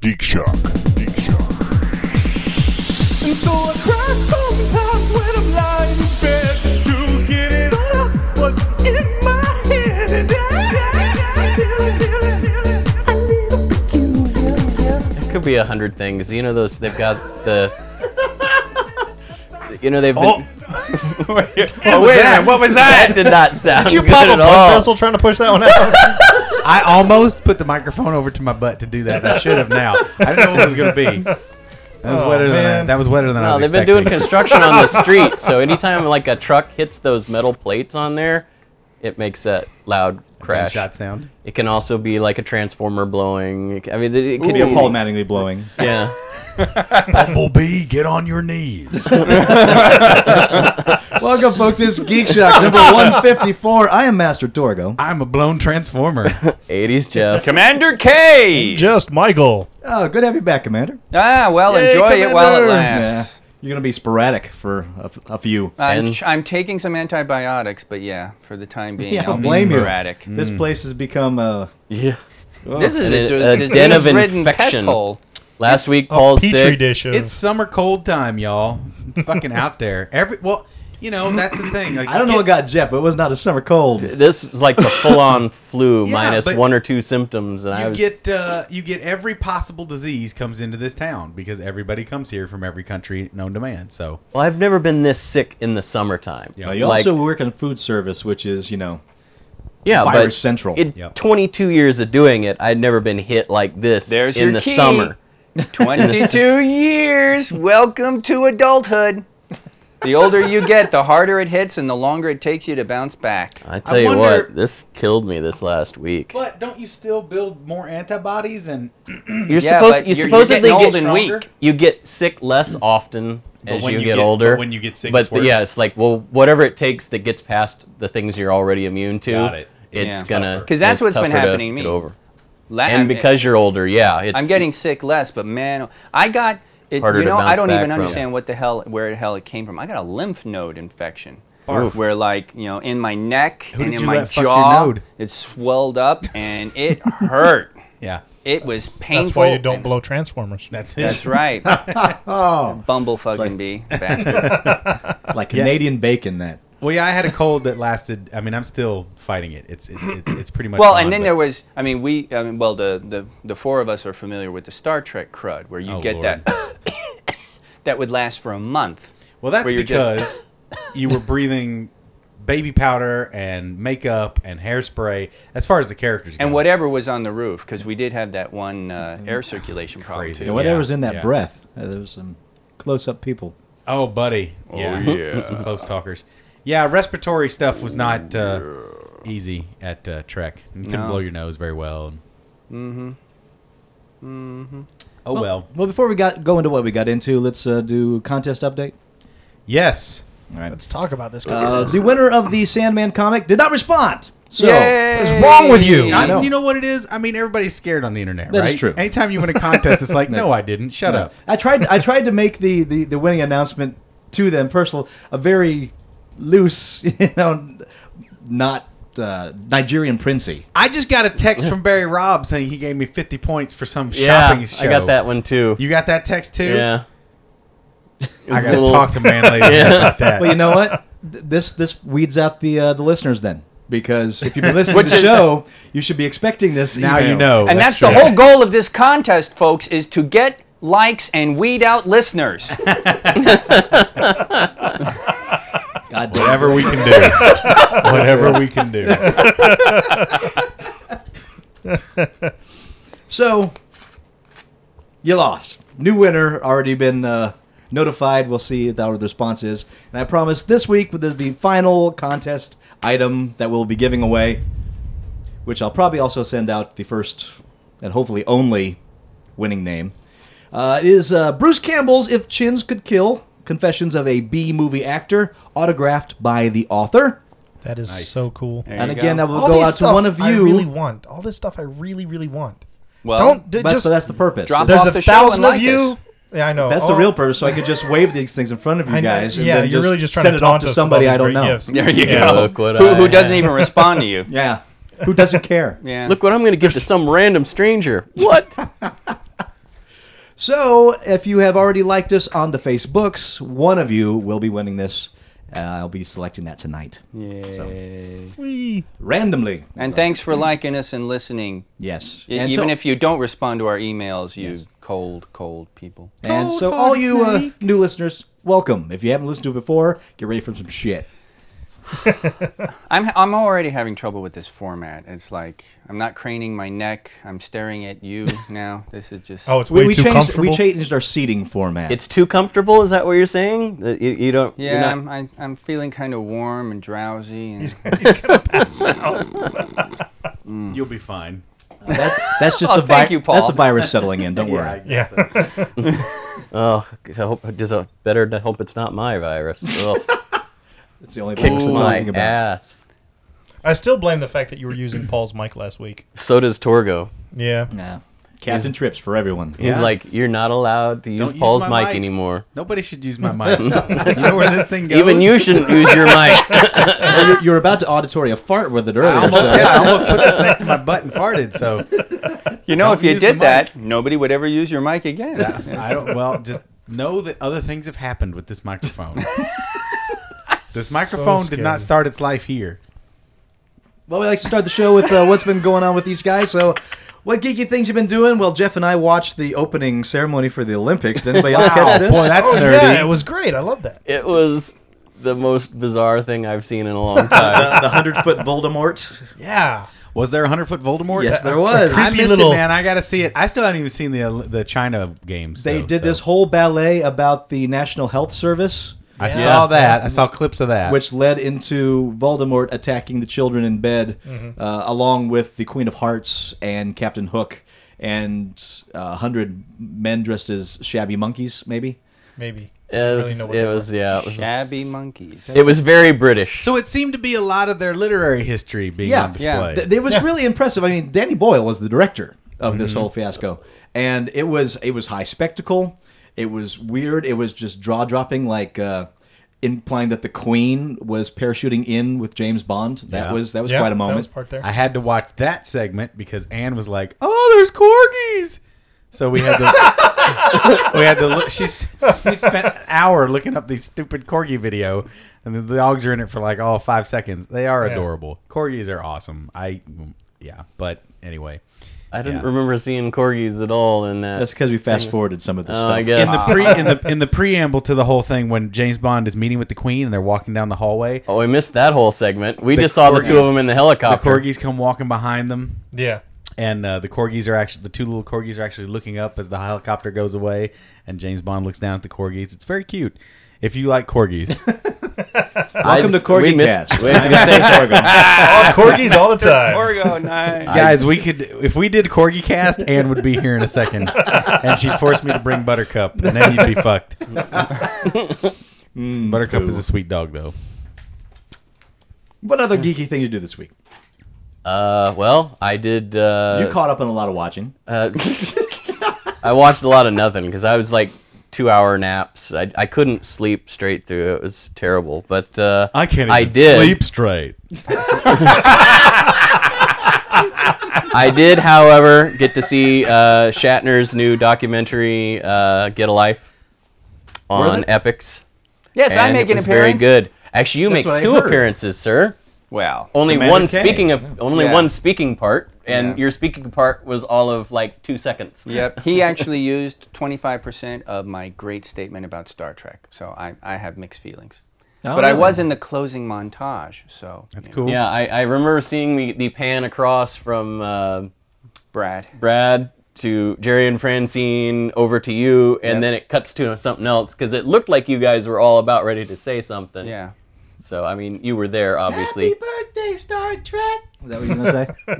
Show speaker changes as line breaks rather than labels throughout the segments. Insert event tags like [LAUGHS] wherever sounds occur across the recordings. Geek Shock. Geek Shock.
And so I cry sometimes when I'm lying in bed just to get it out of what's in my head. And I, I, I feel it, feel it, feel it. I need a peculiar.
It could be a hundred things. You know those they've got the. You know they've been.
Oh,
Oh,
what was that? What was that?
That did not sound
Did you
good
pop a
at
blood
all.
vessel trying to push that one out?
I almost put the microphone over to my butt to do that. I should have now. I didn't know what it was going to be. That was
Oh,
wetter than
man.
that. That was wetter than I
No,
was
they've been
expecting.
doing construction on the
[LAUGHS]
street, so anytime like a truck hits those metal plates on there, it makes that loud crash.
Shot sound.
It can also be like a transformer blowing. It c- I mean, it it could
Could be a
be
Paul Mattingly blowing.
Yeah.
Bumblebee, get on your knees.
Welcome, folks. It's Geek Shock number 154. I am Master Dorgo.
I'm a blown transformer.
80s Jeff.
Commander K.
Just Michael.
Oh, good to have you back, Commander.
ah, well,
Yay,
enjoy it while it
Commander.
Yeah.
lasts.
You're going to be sporadic for a, f- a few.
And-
I'm, ch- I'm taking some antibiotics, but yeah, for the time being,
Yeah, I
I'll
don't blame
be
you.
sporadic.
This place has become a.
Yeah.
This
Mm. And
is a,
a- a
disease
den of
ridden pest
infection. [LAUGHS]
hole.
Last week,
A
Paul's
petri
sick.
dish of
it's summer cold time, y'all. It's fucking out there. Every well, you know that's the thing. Like,
I don't know
you
what
get-
got Jeff, but it was not a summer cold.
This was like the full-on flu
Yeah,
minus
but-
one or two symptoms, and I
You
was
get uh, you get every possible disease comes into this town because everybody comes here from every country known to man. So
well. I've never been this sick in the summertime.
Yeah.
Now, you
Like-
also work in food service, which is, you know,
yeah,
virus
but
central.
In
Yep.
22 years of doing it, I'd never been hit like this
There's
in
your
the
key.
summer.
22 years. Welcome to adulthood. The older you get, the harder it hits and the longer it takes you to bounce back.
I tell
I
you
wonder-
what, this killed me this last week.
But don't you still build more antibodies and
You're supposed
Yeah, but
you
you're- you're
supposedly
getting
get
old and weak.
You get sick less often as you,
when you
get,
get-
older.
but when you get sick,
but
it's worse.
yeah, it's like well, whatever it takes that gets past the things you're already immune to.
Got it.
It's
Yeah.
gonna
'Cause that's
it's
what's been
tougher to
happening to me.
get over.
La-
And
I'm-
because you're older, yeah, it's,
I'm getting sick less, but man, I got it.
Harder
you
to
know, I
bounce
don't
back
even
from.
understand what the hell, where the hell it came from. I got a lymph node infection, where like you know, in my neck and
did
in
you
my
let fuck your
jaw,
node?
it swelled up and it hurt.
yeah,
It was painful.
that's why you don't
and-
blow Oh. transformers.
that's it.
That's right.
[LAUGHS]
Bumble fucking bee. bastard.
like Canadian bacon, that.
Well, yeah, I had a cold that lasted. I mean, I'm still fighting it. It's it's it's, it's pretty much.
Well,
gone,
and then
but-
there was, I mean, we, I mean, well, the, the, the four of us are familiar with the Star Trek crud, where you
Oh,
get
Lord.
that, [COUGHS] that would last for a month.
Well, that's
where you're
because
just- [LAUGHS]
you were breathing baby powder and makeup and hairspray. As far as the characters go,
and whatever was on the roof, because we did have that one uh, air circulation problem.
crazy.
Too.
And whatever's in that
yeah.
breath, uh, there was some close up people.
Oh, buddy. Yeah. [LAUGHS]
yeah.
Some close talkers. Yeah, respiratory stuff was not uh, easy at uh, Trek. You couldn't
No.
blow your nose very well. Mm-hmm. Mm-hmm.
Mm-hmm.
Oh, well.
Well, before we got go into what we got into, let's uh, do contest update.
Yes.
All right.
Let's talk about this.
Uh,
contest.
the winner of the Sandman comic did not respond. So
Yay!
What's wrong with you?
I,
I know.
You know what it is? I mean, everybody's scared on the internet,
That is
right?
true.
Anytime you win a contest, it's like, no, I didn't. Shut up.
I tried. I tried to make the, the, the winning announcement to them personal, a very loose, [LAUGHS] you know, not uh, Nigerian princey.
I just got a text from Barry Robb saying he gave me 50 points for some
yeah.
shopping show.
I got that one too.
You got that text too?
yeah.
I
was
got to
a little-
talk to man later about that.
Well, you know what? Th- This this weeds out the uh, the listeners then, because if you've been listening to the show, you should be expecting this.
now
email.
you know.
And that's,
Oh, true.
the whole goal of this contest, folks, is to get likes and weed out listeners.
God damn.
Whatever we can do.
[LAUGHS]
Whatever we can do.
So you lost. New winner already been uh, notified. We'll see how the response is. And I promise this week with this the final contest item that we'll be giving away, which I'll probably also send out the first and hopefully only winning name. Uh, it is uh, Bruce Campbell's "If Chins Could Kill: Confessions of a B Movie Actor," autographed by the author.
that is so cool.
There
And
you
again,
go.
that will go out to one of you.
I really want. All this stuff I really, really want.
Well,
Don't d-
But-
just.
so that's the purpose.
Drop
there's
off
a
the show
thousand
and
of
like
you.
us.
Yeah, I know. Oh,
That's
All-
the real purpose, so I could just wave these things in front of
I
you
know-
guys. and
yeah,
then
you're really just trying
send
to
it off
taunt
to
us with
somebody I
all these
don't
great
know.
gifts.
There you
Yeah,
go.
look what
who, who
I
doesn't
had.
even respond to you?
[LAUGHS]
[LAUGHS]
Yeah. Who doesn't care?
Yeah.
Look what I'm gonna give to some random stranger. What?
So, if you have already liked us on the Facebooks, one of you will be winning this. Uh, I'll be selecting that tonight. Yeah. randomly.
And thanks for liking us and listening.
Yes.
E-
And
Even
so-
if you don't respond to our emails, you cold, cold people.
And so, all you uh, new listeners, welcome. If you haven't listened to it before, get ready for some shit.
I'm I'm already having trouble with this format. It's like I'm not craning my neck. I'm staring at you now. This is just
Oh, it's way
we,
too
changed,
comfortable.
we changed our seating format.
It's too comfortable. Is that what you're saying? That you, you don't.
yeah.
You're not,
I'm I, I'm feeling kind of warm and drowsy. And
You'll be fine.
That- that's just
[LAUGHS]
the
Oh,
vi-
thank you, Paul.
That's the virus settling in.
[LAUGHS]
Don't worry.
[LAUGHS] yeah.
oh, I hope. Just uh, better to hope it's not my virus. Ugh,
It's the only
kicks
thing we're
my
talking about.
ass.
I still blame the fact that you were using Paul's mic last week.
So does Torgo.
Yeah.
Nah. Captain trips for everyone.
He's like, you're not allowed to use
Don't use
Paul's
my
mic
mic."
anymore.
Nobody should use my mic. you know where this thing
[LAUGHS]
goes?
Even you shouldn't use your mic. [LAUGHS]
Well, you're, you're about to auditory a fart with it earlier.
I almost,
so-
[LAUGHS] yeah, I almost put this next to my butt and farted. So
you know, if
Don't
you
use the
did
mic.
that, nobody would ever use your mic again.
[LAUGHS] I don't. Well, just know that other things have happened with this
[LAUGHS]
microphone. this microphone did
scary.
not start its life here.
Well, we like to start the show with uh, what's been going on with these guys. So, what geeky things you've been doing? Well, Jeff and I watched the opening ceremony for the Olympics. Did anybody else catch this?
boy, that's
Oh,
nerdy.
yeah, it was great. I love that.
it was the most bizarre thing I've seen in a
[LAUGHS]
long time.
the hundred foot Voldemort.
Yeah.
Was there a hundred foot Voldemort?
Yes, there was.
[LAUGHS] I missed
little-
it, man. I gotta see it. I still haven't even seen the uh, the China games.
They
though,
did
so.
this whole ballet about the National Health Service,
I
Yeah.
saw that. I saw clips of that.
which led into Voldemort attacking the children in bed,
Mm-hmm.
uh, along with the Queen of Hearts and Captain Hook and uh, a hundred men dressed as shabby monkeys, maybe.
Maybe.
It
Don't
was,
really know what
it
they
was yeah, it was,
Shabby monkeys.
it was very British.
so it seemed to be a lot of their literary history being
yeah,
on
yeah.
display.
Th- it was really impressive. I mean, Danny Boyle was the director of this
Mm-hmm.
whole fiasco, and it was it was high spectacle. It was weird. It was just jaw dropping, like uh, implying that the Queen was parachuting in with James Bond. That
Yeah.
was that was
Yeah,
quite a
That
moment.
was part there.
I had to watch that segment because Anne was like, "Oh, there's corgis." So we had to we had to [LAUGHS] look. She's we spent an hour looking up these stupid corgi video, and the dogs are in it for like all five seconds. They are
Yeah.
adorable. Corgis are awesome. I yeah, but anyway,
I didn't
yeah.
remember seeing corgis at all in that.
That's because we fast forwarded some of this
Oh,
stuff.
I guess.
in the pre in the in the preamble to the whole thing, when James Bond is meeting with the Queen and they're walking down the hallway,
oh, we missed that whole segment. We
The
just saw the two of
corgis-
them in the
the
helicopter.
corgis come walking behind them.
Yeah.
and uh, the corgis are actually the two little corgis are actually looking up as the helicopter goes away, and James Bond looks down at the corgis. It's very cute. If you like corgis, [LAUGHS]
Welcome to
s- we
Corgi
missed-
Cast.
we was gonna
[LAUGHS]
say-
Oh, corgis all the
[LAUGHS]
time.
Orgo, nice.
guys, we could if we did corgi cast, Anne would be here in a second, and she'd force me to bring Buttercup, and then you'd be fucked. Buttercup is a sweet dog, though.
What other geeky thing you do this week?
Uh, well, I did. Uh,
you caught up on a lot of watching.
uh, I watched a lot of nothing because I was like two-hour naps. I, I couldn't sleep straight through. It was terrible. But uh,
I can't. Even
I did.
sleep straight.
I did, however, get to see uh, Shatner's new documentary, uh, Get a Life, on Epics.
Yes, I
and
make
it
an
was
appearance.
Very good. Actually, you
That's what
make
I
two
heard.
appearances, sir.
Wow.
Only
Commander
one
K.
speaking of only
Yeah.
one speaking part, and
Yeah.
your speaking part was all of like two seconds.
Yep. [LAUGHS] He actually used 25% of my great statement about Star Trek. So I, I have mixed feelings. but I
really?
was in the closing montage. So
That's cool.
[LAUGHS] Yeah, I, I remember seeing the, the pan across from uh,
Brad.
Brad to Jerry and Francine over to you, and
Yep.
then it cuts to something else because it looked like you guys were all about ready to say something.
Yeah.
So I mean, you were there, obviously.
birthday, Star Trek. Is that what you're gonna
[LAUGHS]
say? Uh,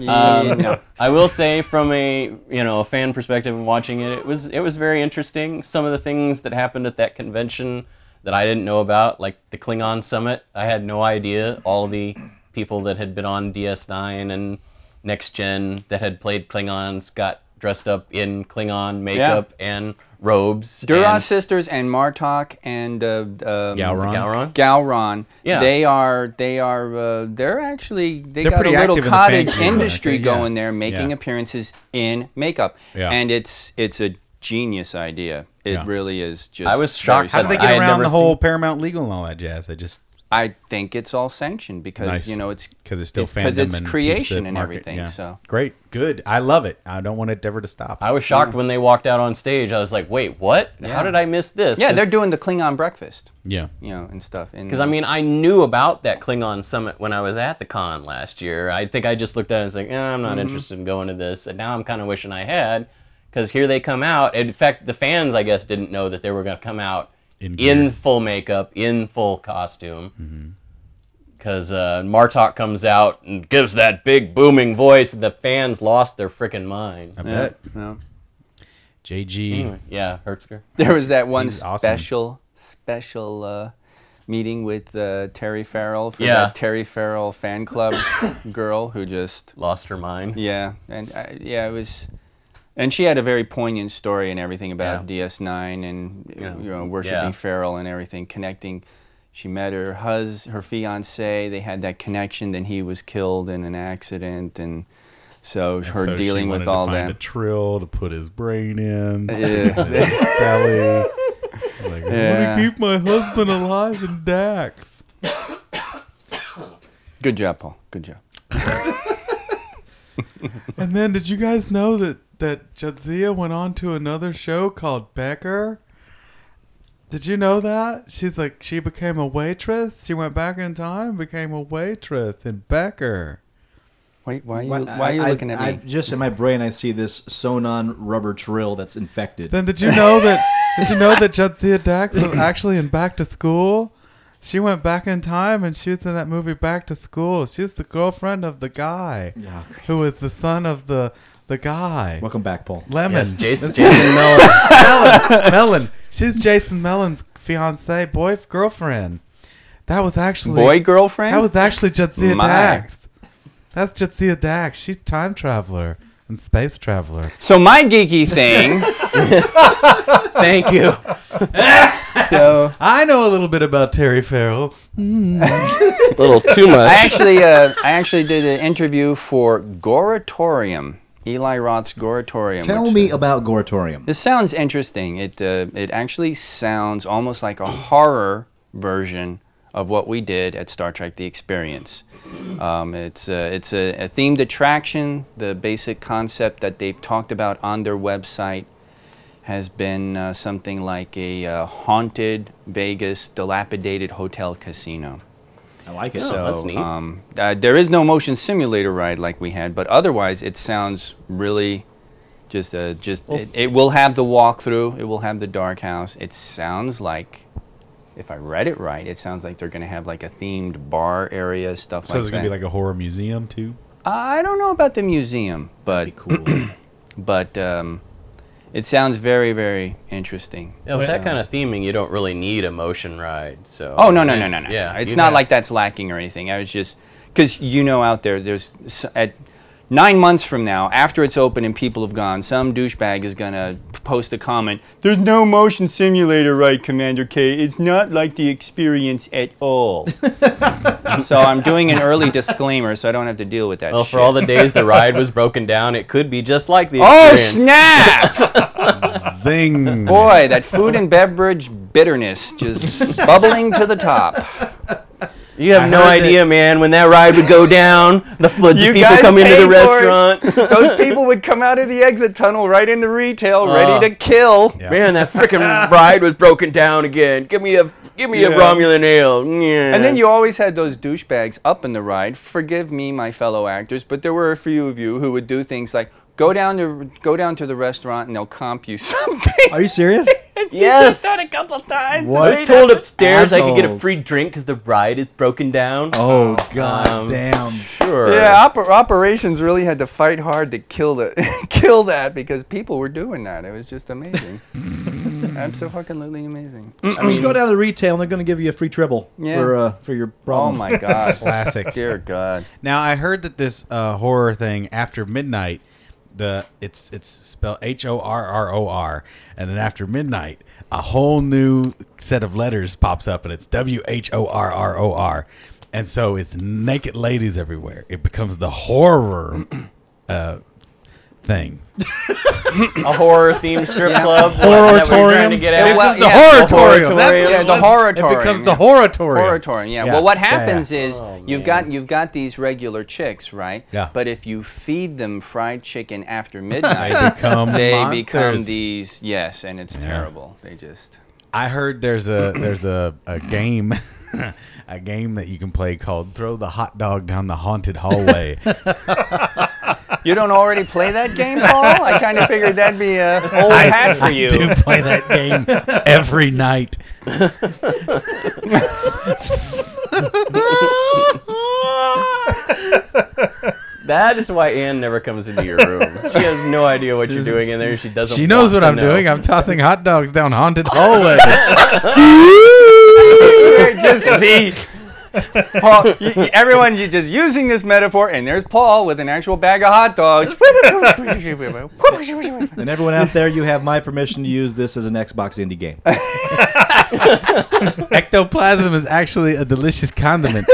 Yeah, no.
I will say, from a you know a fan perspective and watching it, it was it was very interesting. Some of the things that happened at that convention that I didn't know about, like the Klingon summit, I had no idea. All the people that had been on DS9 and Next Gen that had played Klingons got dressed up in Klingon makeup and robes. and-
Duras sisters and Martok and uh, um,
Gowron.
Gowron.
Gowron.
Yeah.
They are. They are. Uh, they're actually. They
They're
got a
pretty
little
active in the fan
cottage
community,
industry
yeah.
going there, making
Yeah.
appearances in makeup.
Yeah.
And it's it's a genius idea. It
Yeah.
really is just.
I was shocked
How
very
that
do
I
they
smart.
get
had
around
never
the whole
seen-
Paramount legal and all that jazz? They just
I think it's all sanctioned because
nice,
you know it's
because it's still
it's-
fandom
'cause it's
and keeps the
creation and
market-
everything, so.
great, good. I love it. I don't want it ever to stop.
I was shocked when they walked out on stage. I was like, wait, what? How did I miss this?
yeah they're doing the Klingon breakfast,
yeah,
you know, and stuff.
Because I mean, I knew about that Klingon summit when I was at the con last year. I think I just looked at it and was like, eh, I'm
Mm-hmm.
not interested in going to this. And now I'm kind of wishing I had, because here they come out. And in fact, the fans, I guess, didn't know that they were going to come out
In
in,
gear.
full makeup, in full costume.
Mm-hmm.
Because uh, Martok comes out and gives that big booming voice, and the fans lost their freaking minds.
I bet.
no.
JG,
Yeah, Hertzker.
There was that one
He's awesome.
special, special uh, meeting with uh, Terry Farrell for
Yeah.
that Terry Farrell fan
[LAUGHS]
club girl who just
Lost her mind.
yeah and uh, yeah it was, and she had a very poignant story and everything about DS9 and
Yeah.
you know worshiping
Yeah.
Farrell and everything connecting. She met her hus her fiance. They had that connection. Then he was killed in an accident, and so her
So she
dealing
wanted
with
to
all
find
that.
a trill to put his brain in. [LAUGHS]
Yeah.
belly. Like,
[LAUGHS] Yeah.
Let me keep my husband alive in Dax.
Good job, Paul. Good job.
And then, did you guys know that that Jadzia went on to another show called Becker? Did you know that she's like she became a waitress? She went back in time, became a waitress in Becker.
Wait, why are you,
Why,
why are you
I-
looking at me?
I, just in my brain, I see this Sonon rubber trill that's infected.
Then did you know that? did you know that Jadzia Dax was actually in Back to School? She went back in time and she was in that movie Back to School. She's the girlfriend of the guy
Yeah.
who is the son of the the guy.
Welcome back, Paul.
Lemon.
Yes, Jason, Jason Mellon.
Melon. Melon. She's Jason Mellon's fiance, boy, girlfriend. That was actually
Boy girlfriend?
That was actually Jadzia
My.
Dax. That's Jadzia Dax. She's time traveler and space traveler.
so my geeky thing.
Thank you.
[LAUGHS] so
I know a little bit about Terry Farrell.
A little too
I
much.
actually, uh, I actually did an interview for Goratorium, Eli Roth's Goratorium.
Tell
which
me
is-
about Goratorium.
This sounds interesting. It uh, it actually sounds almost like a horror version of what we did at Star Trek: The Experience. Um, it's a, it's a, a themed attraction. The basic concept that they've talked about on their website has been uh, something like a uh, haunted Vegas dilapidated hotel casino.
I like it.
So
Oh, that's neat.
Um, uh, there is no motion simulator ride like we had, but otherwise it sounds really just uh, just it, it will have the walkthrough. It will have the dark house. It sounds like. If I read it right, it sounds like they're going to have like a themed bar area, stuff
So
like
it's
that.
gonna be like a horror museum too.
I don't know about the museum, but [CLEARS THROAT] but um, it sounds very very interesting.
Yeah, with that kind of theming, you don't really need a motion ride. So.
Oh no no no no no!
Yeah,
it's
you
not
have-
like that's lacking or anything. I was just because you know out there, there's s- at nine months from now, after it's open and people have gone, some douchebag is gonna p- post a comment. There's no motion simulator, right, Commander K? It's not like the experience at all.
[LAUGHS]
so I'm doing an early disclaimer, so I don't have to deal with that.
Well,
shit.
for all the days the ride was broken down, it could be just like the.
oh
experience.
snap!
Zing.
Boy, that food and beverage
[LAUGHS]
bitterness just bubbling to the top.
You have
I
no
heard that-
idea, man. When that ride would go down, the floods
You
of people
guys
come into
paid
the
for it.
restaurant.
[LAUGHS] Those people would come out of the exit tunnel right into retail,
Uh.
ready to kill.
Man, that freaking ride was broken down again. Give me a, give me a
Yeah.
Romulan ale. Yeah.
And then you always had those douchebags up in the ride. Forgive me, my fellow actors, but there were a few of you who would do things like go down to go down to the restaurant and they'll comp you [LAUGHS] something.
Are you serious?
Yes.
done a couple times.
What?
and
I
they
was told upstairs I could get a
assholes.
free drink because the ride is broken down.
Oh god
Um,
damn.
sure.
Yeah, oper- operations really had to fight hard to kill the [LAUGHS] kill that because people were doing that. It was just amazing. Absolutely amazing.
Just go down to the retail and they're going to give you a free triple
Yeah.
for uh, for your
Oh
problem.
my god.
Classic.
Dear God.
[LAUGHS] Now I heard that this uh, horror thing after midnight, the it's it's spelled H O R R O R, and then after midnight, a whole new set of letters pops up, and it's W H O R R O R, and so it's naked ladies everywhere. It becomes the horror [CLEARS THROAT] uh, thing.
a horror themed strip
Yeah.
club. that we're trying to
Horror-torium.
get
It
at.
Well,
becomes the
horror-torium.
horror-torium.
yeah, the Yeah, the
It
horror-torium,
becomes the
yeah.
horror-torium.
Horror-torium, yeah. Well, what
Oh,
happens is you've got you've got these regular chicks, right?
Yeah.
But if you feed them fried chicken after
They
midnight,
become
[LAUGHS] they
monsters.
become these. Yes, and it's terrible. They just.
I heard there's a there's a, a game [LAUGHS] a game that you can play called Throw the Hot Dog Down the
[LAUGHS]
Haunted Hallway.
You don't already play that game, Paul? I kind of figured that'd be a old hat for you. [LAUGHS]
do play that game every night.
That is why Anne never comes into your room. She has no idea what you're doing in there. She doesn't.
She knows
want to
what I'm
know.
doing. I'm tossing hot dogs down haunted
[LAUGHS]
hallways.
You just see. Paul, you, you- everyone, you just using this metaphor, and there's Paul with an actual bag of hot dogs.
And everyone out there, you have my permission to use this as an Xbox indie game.
Ectoplasm is actually a delicious condiment.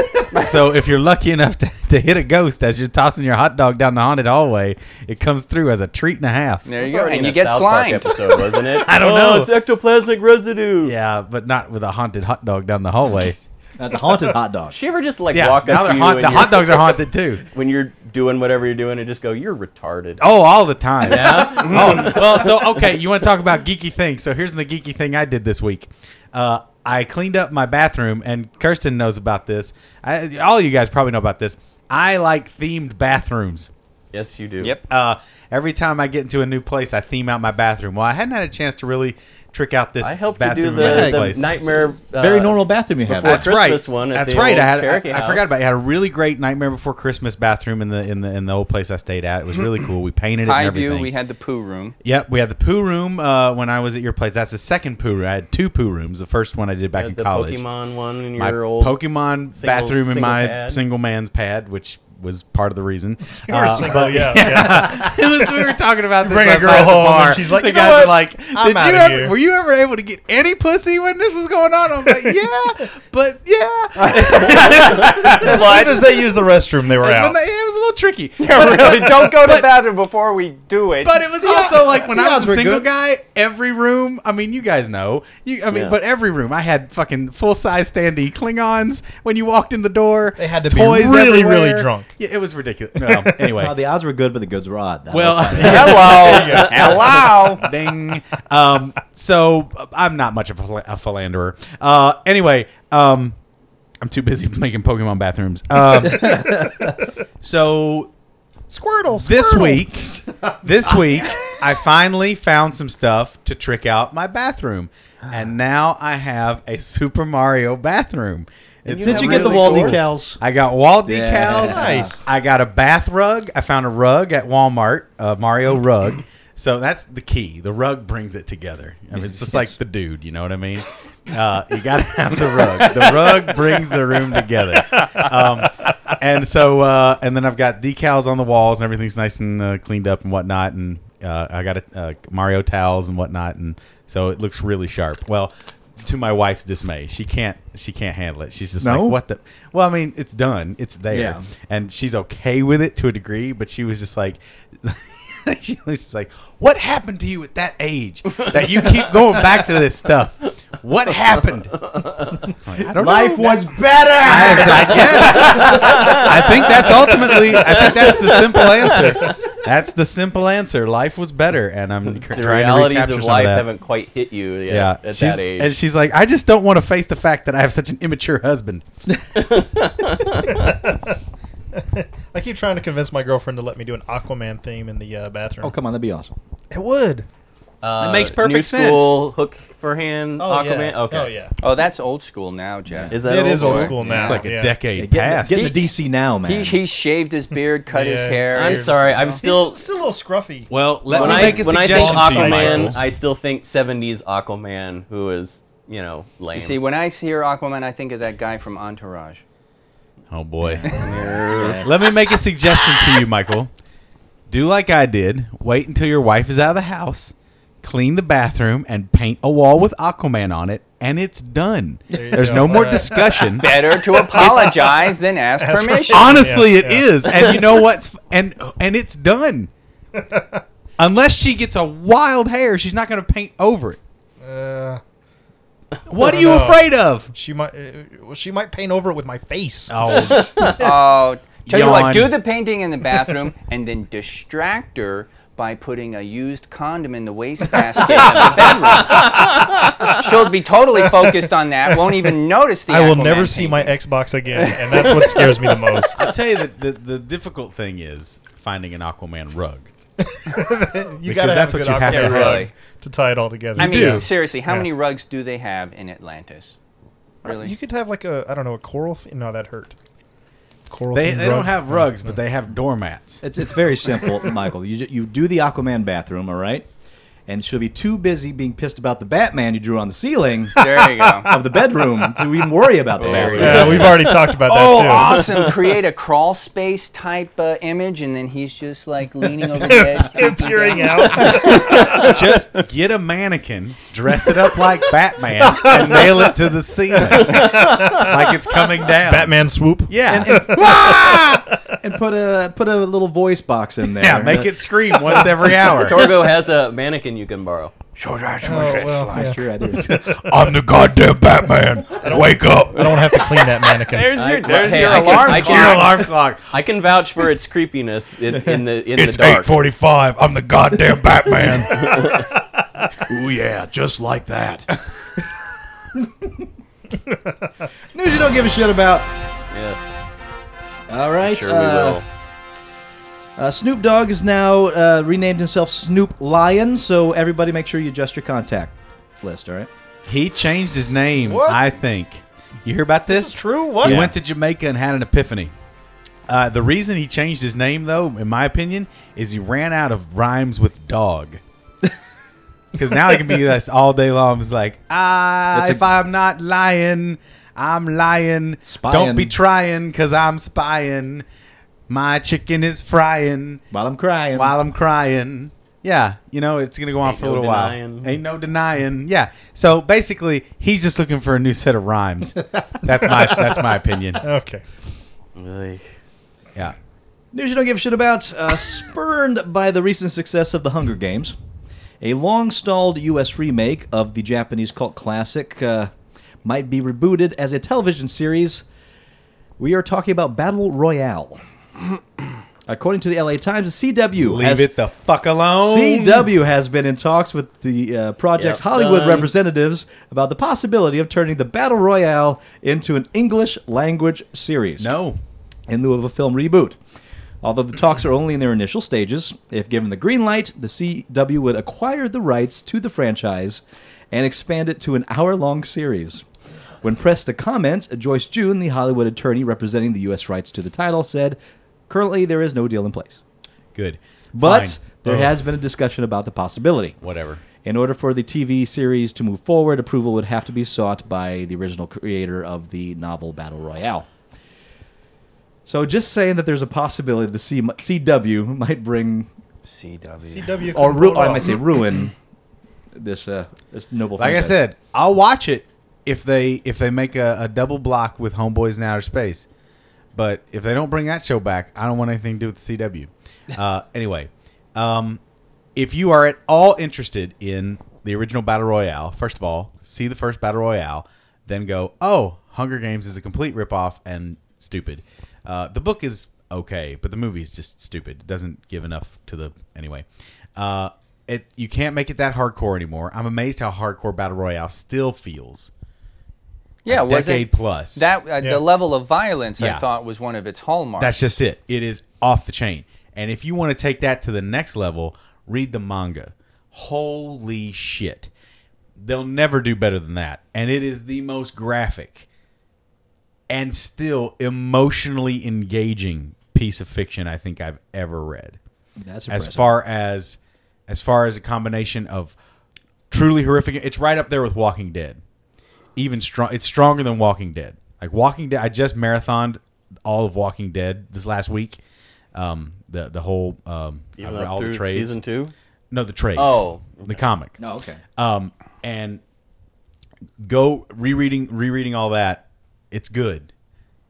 so if you're lucky enough to, to hit a ghost as you're tossing your hot dog down the haunted hallway, it comes through as a treat and a half.
There you
It's
go,
already in
and you
a
get
South Park
slime.
episode, wasn't it? [LAUGHS] I
don't know.
It's ectoplasmic residue.
Yeah, but not with a haunted hot dog down the hallway.
That's a haunted hot [LAUGHS] dog.
She ever just like [LAUGHS]
Yeah,
walk
now
up
they're
to you
haunt-
when
the
you're-
hot dogs are haunted too.
[LAUGHS] when you're doing whatever you're doing and just go, "You're retarded."
Oh, all the time. [LAUGHS] oh, well, so okay, you want to talk about geeky things? So here's the geeky thing I did this week. Uh, I cleaned up my bathroom, and Kirsten knows about this. I, all you guys probably know about this. I like themed bathrooms.
[LAUGHS] Yes, you do.
Yep.
Uh, every time I get into a new place, I theme out my bathroom. Well, I hadn't had a chance to really trick out this
I helped you do
bathroom in my
the,
new
the
place.
nightmare. Uh,
Very normal bathroom you have.
before-
That's
Christmas
right.
one at
That's
the
right.
old
I had
Cherokee
I, I
house.
forgot about. It. I had a really great Nightmare Before Christmas bathroom in the in the in the old place I stayed at. It was really cool. We painted it. and
High
everything.
view. We had the poo room.
Yep, we had the poo room uh, when I was at your place. That's the second poo room. I had two poo rooms. The first one I did back in
The
college.
Pokemon one in
my
your old.
Pokemon
single-
bathroom in
single
my
pad.
single man's pad, which was part of the reason.
[LAUGHS] You were
Uh, [LAUGHS]
single, yeah. yeah.
it was, we were talking about this
Bring a
last
girl
night at the
home and
bar.
she's like,
the
"You know
guys
what?
are like,
I'm
"Did
outta
you ever,
here."
were you ever able to get any pussy when this was going on? I'm like,
[LAUGHS]
yeah, but yeah.
As soon as they used the restroom, they were
When
out.
they- it was a little tricky.
[LAUGHS] really, don't go to the bathroom before we do it.
But it
[LAUGHS]
was also like when I was
odds were
a single
good.
guy, every room. I mean, you guys know. You, I mean,
Yeah.
but every room I had fucking full size standee Klingons when you walked in the door.
They had to be really, really drunk.
Yeah, it was ridiculous. No, [LAUGHS] anyway,
Wow, the odds were good, but the goods were odd. That was-
well, [LAUGHS]
hello, hello.
ding. Um, so uh, I'm not much of a, phila- a philanderer. Uh, anyway, um, I'm too busy [LAUGHS] making Pokemon bathrooms. Um, so
Squirtle, Squirtle.
this week, this week, I finally found some stuff to trick out my bathroom, and now I have a Super Mario bathroom. It's
did [LAUGHS] you get the
really
wall
cool.
decals?
I got wall decals.
Yeah.
Nice.
I got a bath rug. I found a rug at Walmart, a Mario rug. So that's the key. The rug brings it together. I mean, it's just like the dude. You know what I mean? Uh, you got to [LAUGHS] have the rug. The rug brings the room together. Um, and so, uh, and then I've got decals on the walls, and everything's nice and uh, cleaned up and whatnot. And uh, I got uh, Mario towels and whatnot, and so it looks really sharp. Well, to my wife's dismay, she can't. She can't handle it. She's just
No?
like, "What the?" Well, I mean, it's done. It's there
Yeah.
and she's okay with it to a degree, but she was just like, [LAUGHS] she was just like, what happened to you at that age that you keep going back to this stuff? What happened? I'm like, I don't
Life
know.
was better.
I was like, yes. I think that's ultimately. I think that's the simple answer. That's the simple answer. Life was better, and I'm
The
trying to
realities
recapture
of
some
life
of that.
haven't quite hit you yet
yeah,
at
she's,
that age.
and she's like, I just don't want to face the fact that I have such an immature husband.
I keep trying to convince my girlfriend to let me do an Aquaman theme in the uh, bathroom.
Oh, come on, that'd be awesome.
It would.
Uh,
makes
new
perfect sense.
School, hook for hand.
Oh,
Aquaman.
yeah.
Okay.
Oh, yeah.
Oh, that's old school now, Jeff.
Is that
it is old
school?
school now.
It's like a
yeah.
Get,
decade past.
get the DC now, man.
He, he shaved his beard, cut his
Yeah,
hair.
it's-
I'm sorry. I'm
He's
still.
still a little scruffy.
Well, let
when
me
I,
make a
when I think
suggestion to you,
Aquaman,
Michaels.
I still think 70s Aquaman, who is you know lame.
See, when I hear Aquaman, I think of that guy from
[LAUGHS]
Entourage.
Oh boy. Let me make a suggestion to you, Michael. Do like I did. Wait until your wife is out of the house, clean the bathroom, and paint a wall with Aquaman on it, and it's done.
you
There's
go.
no more
Alright. [LAUGHS]
discussion.
Better to apologize than ask permission.
Honestly,
Yeah,
it
yeah. [LAUGHS]
is, and you know what's and and it's done. Unless she gets a wild hair, she's not going to paint over it.
Uh,
What
I
are you
don't know.
afraid of?
she might. Uh, well, she might paint over it with my face. [LAUGHS]
Oh,
Oh, tell you
Yawn.
what, do the painting in the bathroom and then distract her by putting a used condom in the wastebasket in the bedroom.
[LAUGHS]
She'll be totally focused on that. Won't even notice the.
I will
Aquaman
never see
painting.
my Xbox again, and that's what scares me the most.
I'll tell you that the, the difficult thing is finding an Aquaman rug.
[LAUGHS] You
Because
gotta
that's
have a
what
good
you have to
Aquaman
have.
rug
Really.
[LAUGHS] to tie it all together.
I mean,
do.
seriously, how
Yeah.
many rugs do they have in Atlantis? Really? [LAUGHS]
you could have like a I don't know a coral. Th- no, that hurt. Coral.
They,
themed
they don't
rug.
have rugs, but they have doormats.
It's, it's very simple, [LAUGHS] Michael. You, ju- you do the Aquaman bathroom, all right? And she'll be too busy being pissed about the Batman you drew on the
[LAUGHS]
ceiling
there you go.
[LAUGHS] of the bedroom to even worry about the Batman.
[LAUGHS] Oh, Yeah, we've already talked about that
Oh,
too.
awesome! Create a crawl space type uh, image, and then he's just like leaning over the edge.
[LAUGHS] Peering out. [LAUGHS]
Just get a mannequin, dress it up like Batman, and nail it to the ceiling like it's coming down.
Batman swoop.
Yeah. [LAUGHS]
And put a put a little voice box in there.
yeah, make it scream once every hour.
Torgo has a mannequin you can borrow.
Oh, well, yeah.
Sure, I do.
[LAUGHS]
I'm the goddamn Batman. Wake up.
I don't have to clean that mannequin.
There's your, there's
hey,
your
I can-
alarm
I
clock.
can-
Your alarm clock.
I can vouch for its creepiness in, in the in
It's
the dark.
8:45. I'm the goddamn Batman. Ooh yeah, just like that.
News you don't give a shit about.
Yes,
All right.
sure
uh,
we will.
Uh, Snoop Dogg has now uh, renamed himself Snoop Lion, so everybody make sure you adjust your contact list, all right?
He changed his name,
What?
I think. You hear about this?
This is true? What?
He
Yeah.
went to Jamaica and had an epiphany. Uh, the reason he changed his name, though, in my opinion, is he ran out of rhymes with dog. [LAUGHS] Because now he can be this all day long. He's like, ah,
That's a-
if i I'm not lying, I'm lying. Don't
Spying.
be trying, because I'm spying. My chicken is frying
While I'm crying.
while I'm crying. Yeah, you know it's gonna go on
Ain't
for a
no
little
denying.
while. Ain't no denying. Yeah. So basically, he's just looking for a new set
[LAUGHS]
of rhymes. that's my that's my opinion.
Okay.
Oy.
Yeah.
News you don't give a shit about. Uh, spurned by the recent success of The Hunger Games, a long stalled U.S. remake of the Japanese cult classic uh, might be rebooted as a television series. We are talking about Battle Royale. [CLEARS THROAT] According to the LA Times, the CW
Leave
has,
it the fuck alone.
CW has been in talks with the uh, project's
Yep.
Hollywood
Done.
representatives about the possibility of turning the Battle Royale into an English language series
No.
in lieu of a film reboot. Although the talks are only in their initial stages, if given the green light, the CW would acquire the rights to the franchise and expand it to an hour long series. When pressed to comment, Joyce June, the Hollywood attorney representing the U.S. rights to the title, said, Currently, there is no deal in place.
Good.
But
Fine.
there
Ugh.
has been a discussion about the possibility.
whatever.
In order for the TV series to move forward, approval would have to be sought by the original creator of the novel Battle Royale. So just saying that there's a possibility the C- CW might bring
CW.
CW.
or,
couldn't
ru- or
pull it
I
off.
might
[COUGHS]
say ruin this uh, this noble.
Like I
franchise.
said, I'll watch it if they if they make a, a double block with Homeboys in Outer Space. But if they don't bring that show back, I don't want anything to do with the CW. Uh, anyway, um, if you are at all interested in the original Battle Royale, first of all, see the first Battle Royale, then go, oh, Hunger Games is a complete ripoff and stupid. Uh, the book is okay, but the movie is just stupid. It doesn't give enough to the. Anyway. Uh, it, you can't make it that hardcore anymore. I'm amazed how hardcore Battle Royale still feels.
Yeah,
A
was
decade
it
plus.
that uh,
Yeah.
the level of violence
Yeah.
I thought was one of its hallmarks?
That's just it. It is off the chain. And if you want to take that to the next level, read the manga. Holy shit. They'll never do better than that. And it is the most graphic and still emotionally engaging piece of fiction I think I've ever read.
That's
as
impressive.
far as as far as a combination of truly horrific it's right up there with Walking Dead. Even strong it's stronger than Walking Dead. Like Walking Dead I just marathoned all of Walking Dead this last week. Um the the whole um I
Even
read
up
all the
through
trades.
season two.
No, the trades.
Oh,
the comic.
No, okay.
Um, and go rereading, rereading all that. It's good,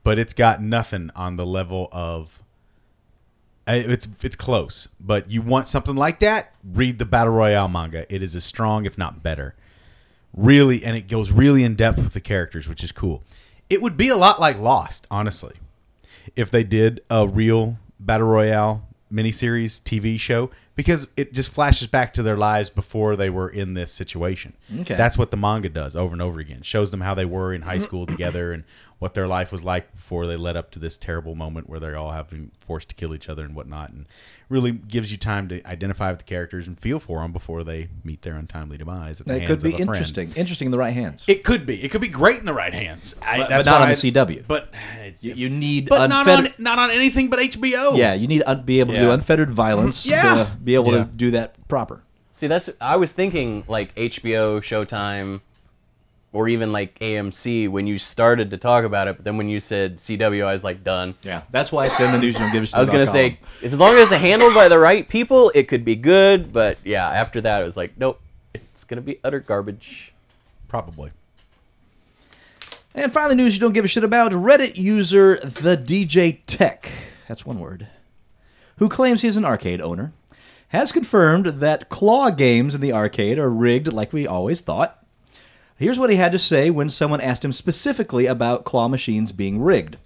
but it's got nothing on the level of Uh, It's it's close, but you want something like that? Read the battle royale manga. It is as strong, if not better. Really, and it goes really in depth with the characters, which is cool. It would be a lot like Lost, honestly, if they did a real battle royale miniseries TV show because it just flashes back to their lives before they were in this situation.
Okay.
That's what the manga does over and over again. Shows them how they were in high school together and what their life was like before they led up to this terrible moment where they're all having forced to kill each other and whatnot and really gives you time to identify with the characters and feel for them before they meet their untimely demise at the
It
hands
could be
of a friend.
interesting. Interesting in the right hands.
It could be. It could be great in the right hands. I,
But-
that's
but not
what
on the
I-
CW.
But it's,
you need
but not on
unfettered-
not on anything but HBO.
Yeah, you need to un- be able to do
Yeah.
unfettered violence
Yeah.
to be able
Yeah.
to do that proper.
See, that's I was thinking like HBO, Showtime, or even like AMC when you started to talk about it. But then when you said CW, I was like, done.
Yeah, that's why it's in the news. Don't give a shit.
I was gonna
dot com.
say, if, as long as it's handled by the right people, it could be good. But yeah, after that, it was like, nope, it's gonna be utter garbage.
probably.
And finally, news you don't give a shit about Reddit user the DJ Tech, that's one word, who claims he's an arcade owner, has confirmed that claw games in the arcade are rigged like we always thought. Here's what he had to say when someone asked him specifically about claw machines being rigged.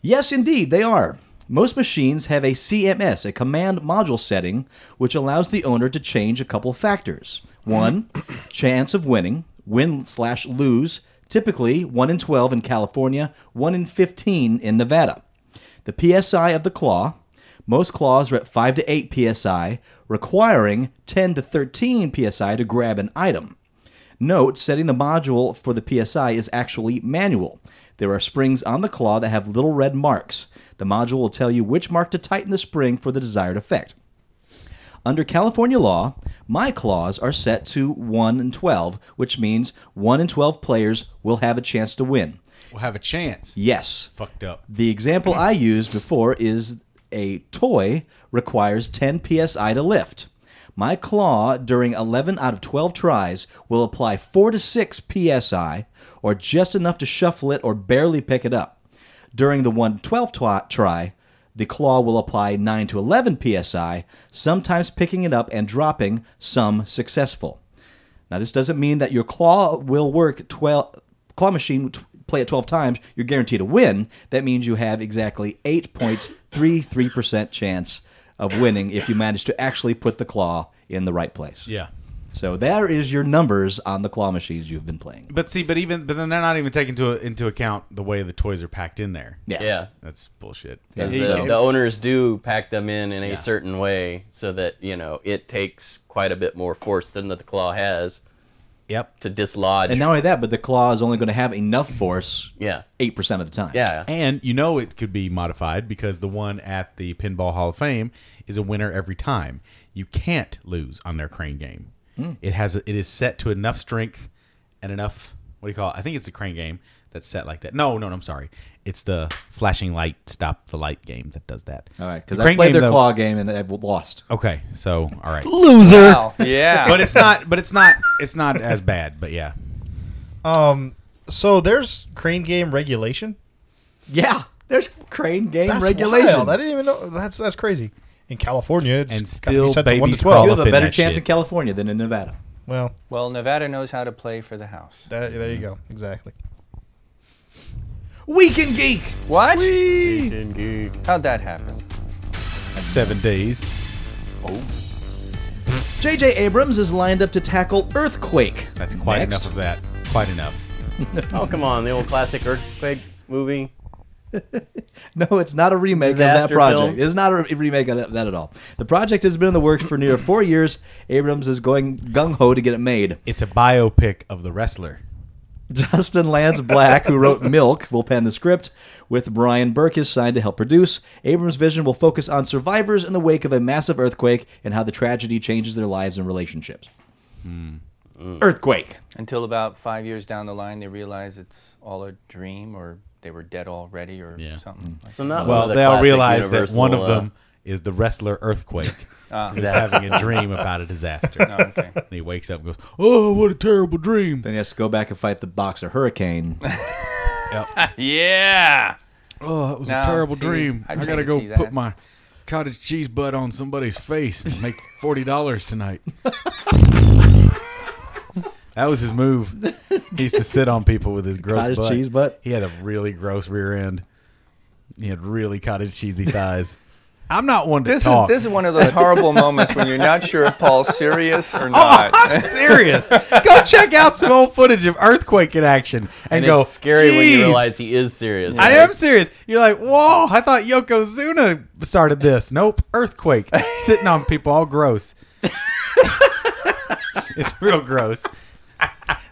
Yes, indeed, they are. Most machines have a CMS, a command module setting, which allows the owner to change a couple factors. One, [CLEARS THROAT] chance of winning, win slash lose, typically 1 in 12 in California, 1 in 15 in Nevada. The PSI of the claw, most claws are at 5 to 8 PSI, requiring 10 to 13 PSI to grab an item. Note, setting the module for the PSI is actually manual. There are springs on the claw that have little red marks. The module will tell you which mark to tighten the spring for the desired effect. Under California law, my claws are set to 1 in 12, which means 1 in 12 players will have a chance to win.
We'll have a chance.
Yes.
Fucked up.
The example I used before is a toy requires 10 psi to lift. My claw during 11 out of 12 tries will apply 4 to 6 psi or just enough to shuffle it or barely pick it up. During the 112th twi- try, the claw will apply 9 to 11 psi, sometimes picking it up and dropping, some successful. Now, this doesn't mean that your claw will work 12, claw machine t- play it 12 times, you're guaranteed to win. That means you have exactly 8.33% chance of winning if you manage to actually put the claw in the right place.
Yeah.
So there is your numbers on the claw machines you've been playing.
But see, but even but then they're not even taking into into account the way the toys are packed in there.
Yeah.
That's bullshit.
'Cause
Yeah,
the,
so-
the owners do pack them in in a certain way so that you know it takes quite a bit more force than that the claw has
Yep.
to dislodge.
And not only that, but the claw is only going to have enough force
yeah,
8% of the time.
yeah.
And you know it could be modified because the one at the Pinball Hall of Fame is a winner every time. You can't lose on their crane game.
Hmm.
It has it is set to enough strength and enough what do you call it? I think it's the crane game that's set like that. No, no, I'm sorry. It's the flashing light stop the light game that does that.
All right,
The
because
crane
I played
game,
their
though-
claw game and I've lost.
Okay, so all right.
Loser!
yeah.
But it's not but it's not it's not as bad, but yeah.
Um, so there's crane game regulation.
Yeah, there's crane game
That's
regulation.
wild. I didn't even know. That's that's crazy. In California, it's
And
gotta
still
be set to one to
babies crawl
You
twelve.
have
up
a
in
better
that
chance
shit.
in California than in Nevada.
Well,
well, Nevada knows how to play for the house.
that, there you go.
[LAUGHS]
Exactly.
Weekend Geek!
What? How'd that happen?
7 days.
J.J. Abrams is lined up to tackle Earthquake.
That's quite
Next.
enough of that. Quite enough.
Oh come on, the old classic earthquake movie.
[LAUGHS] No, it's not a remake of that
Disaster
project.
film.
It's not a re- remake of that, that at all. The project has been in the works for near four years. Abrams is going gung ho to get it made. [LAUGHS]
It's a biopic of the wrestler.
Dustin Lance Black, who wrote Milk, will pen the script, with Brian Burke signed to help produce. Abrams' vision will focus on survivors in the wake of a massive earthquake and how the tragedy changes their lives and relationships.
Hmm.
Earthquake.
Until about five years down the line, they realize it's all a dream, or they were dead already, or
Yeah.
something. like
So not
Well,
one of the
they all
classic
realize that
Universal,
one of
uh,
them is the wrestler Earthquake, who's having a dream about a
[LAUGHS]
disaster.
that. Ah. Oh, Okay.
And he wakes up and goes, "Oh, what a terrible dream!"
Then he has to go back and fight the boxer Hurricane.
yeah.
Oh, it was
No,
a terrible
see,
dream.
I'd
I gotta
like to
go
see
put
that.
my cottage cheese butt on somebody's face and make forty dollars tonight. that was his move. He used to sit on people with his gross
Cottage
butt.
cheese butt?
He had a really gross rear end. He had really cottage cheesy thighs. I'm not one to
This is,
talk.
this is one of those horrible moments when you're not sure if Paul's serious or not.
Oh, [LAUGHS] I'm serious. go check out some old footage of earthquake in action and,
And
go.
it's scary when you
"Jeez,
realize he is serious.
I
right?
am serious. You're like, whoa, I thought Yokozuna started this. Nope,
[LAUGHS]
earthquake. Sitting on people, all gross. [LAUGHS] it's real gross.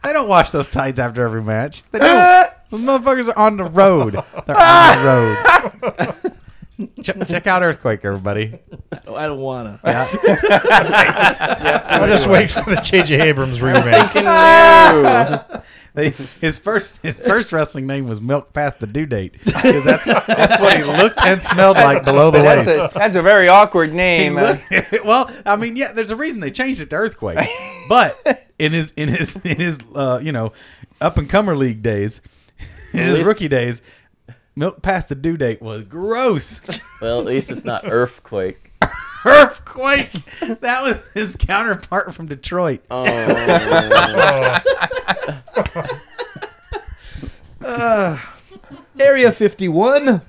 They don't wash those tights after every match.
[LAUGHS]
They don't. Those motherfuckers are on the road. They're on the
[LAUGHS]
road. Ch- check out Earthquake, everybody.
Oh, [LAUGHS] I don't wanna.
I'll just wait for the J.J. Abrams remake.
They, [LAUGHS] his first his first wrestling name was Milk Past the Due Date because
[LAUGHS]
that's that's what he looked and smelled like below the
That's
waist.
a, that's a very awkward name. Uh,
Look- [LAUGHS] well, I mean, yeah, there's a reason they changed it to earthquake. But in his in his in his uh, you know up and comer league days, in his rookie days, milk past the due date was gross. [LAUGHS]
Well, at least it's not earthquake.
Earthquake. That was his counterpart from Detroit.
Oh.
Uh,
Area 51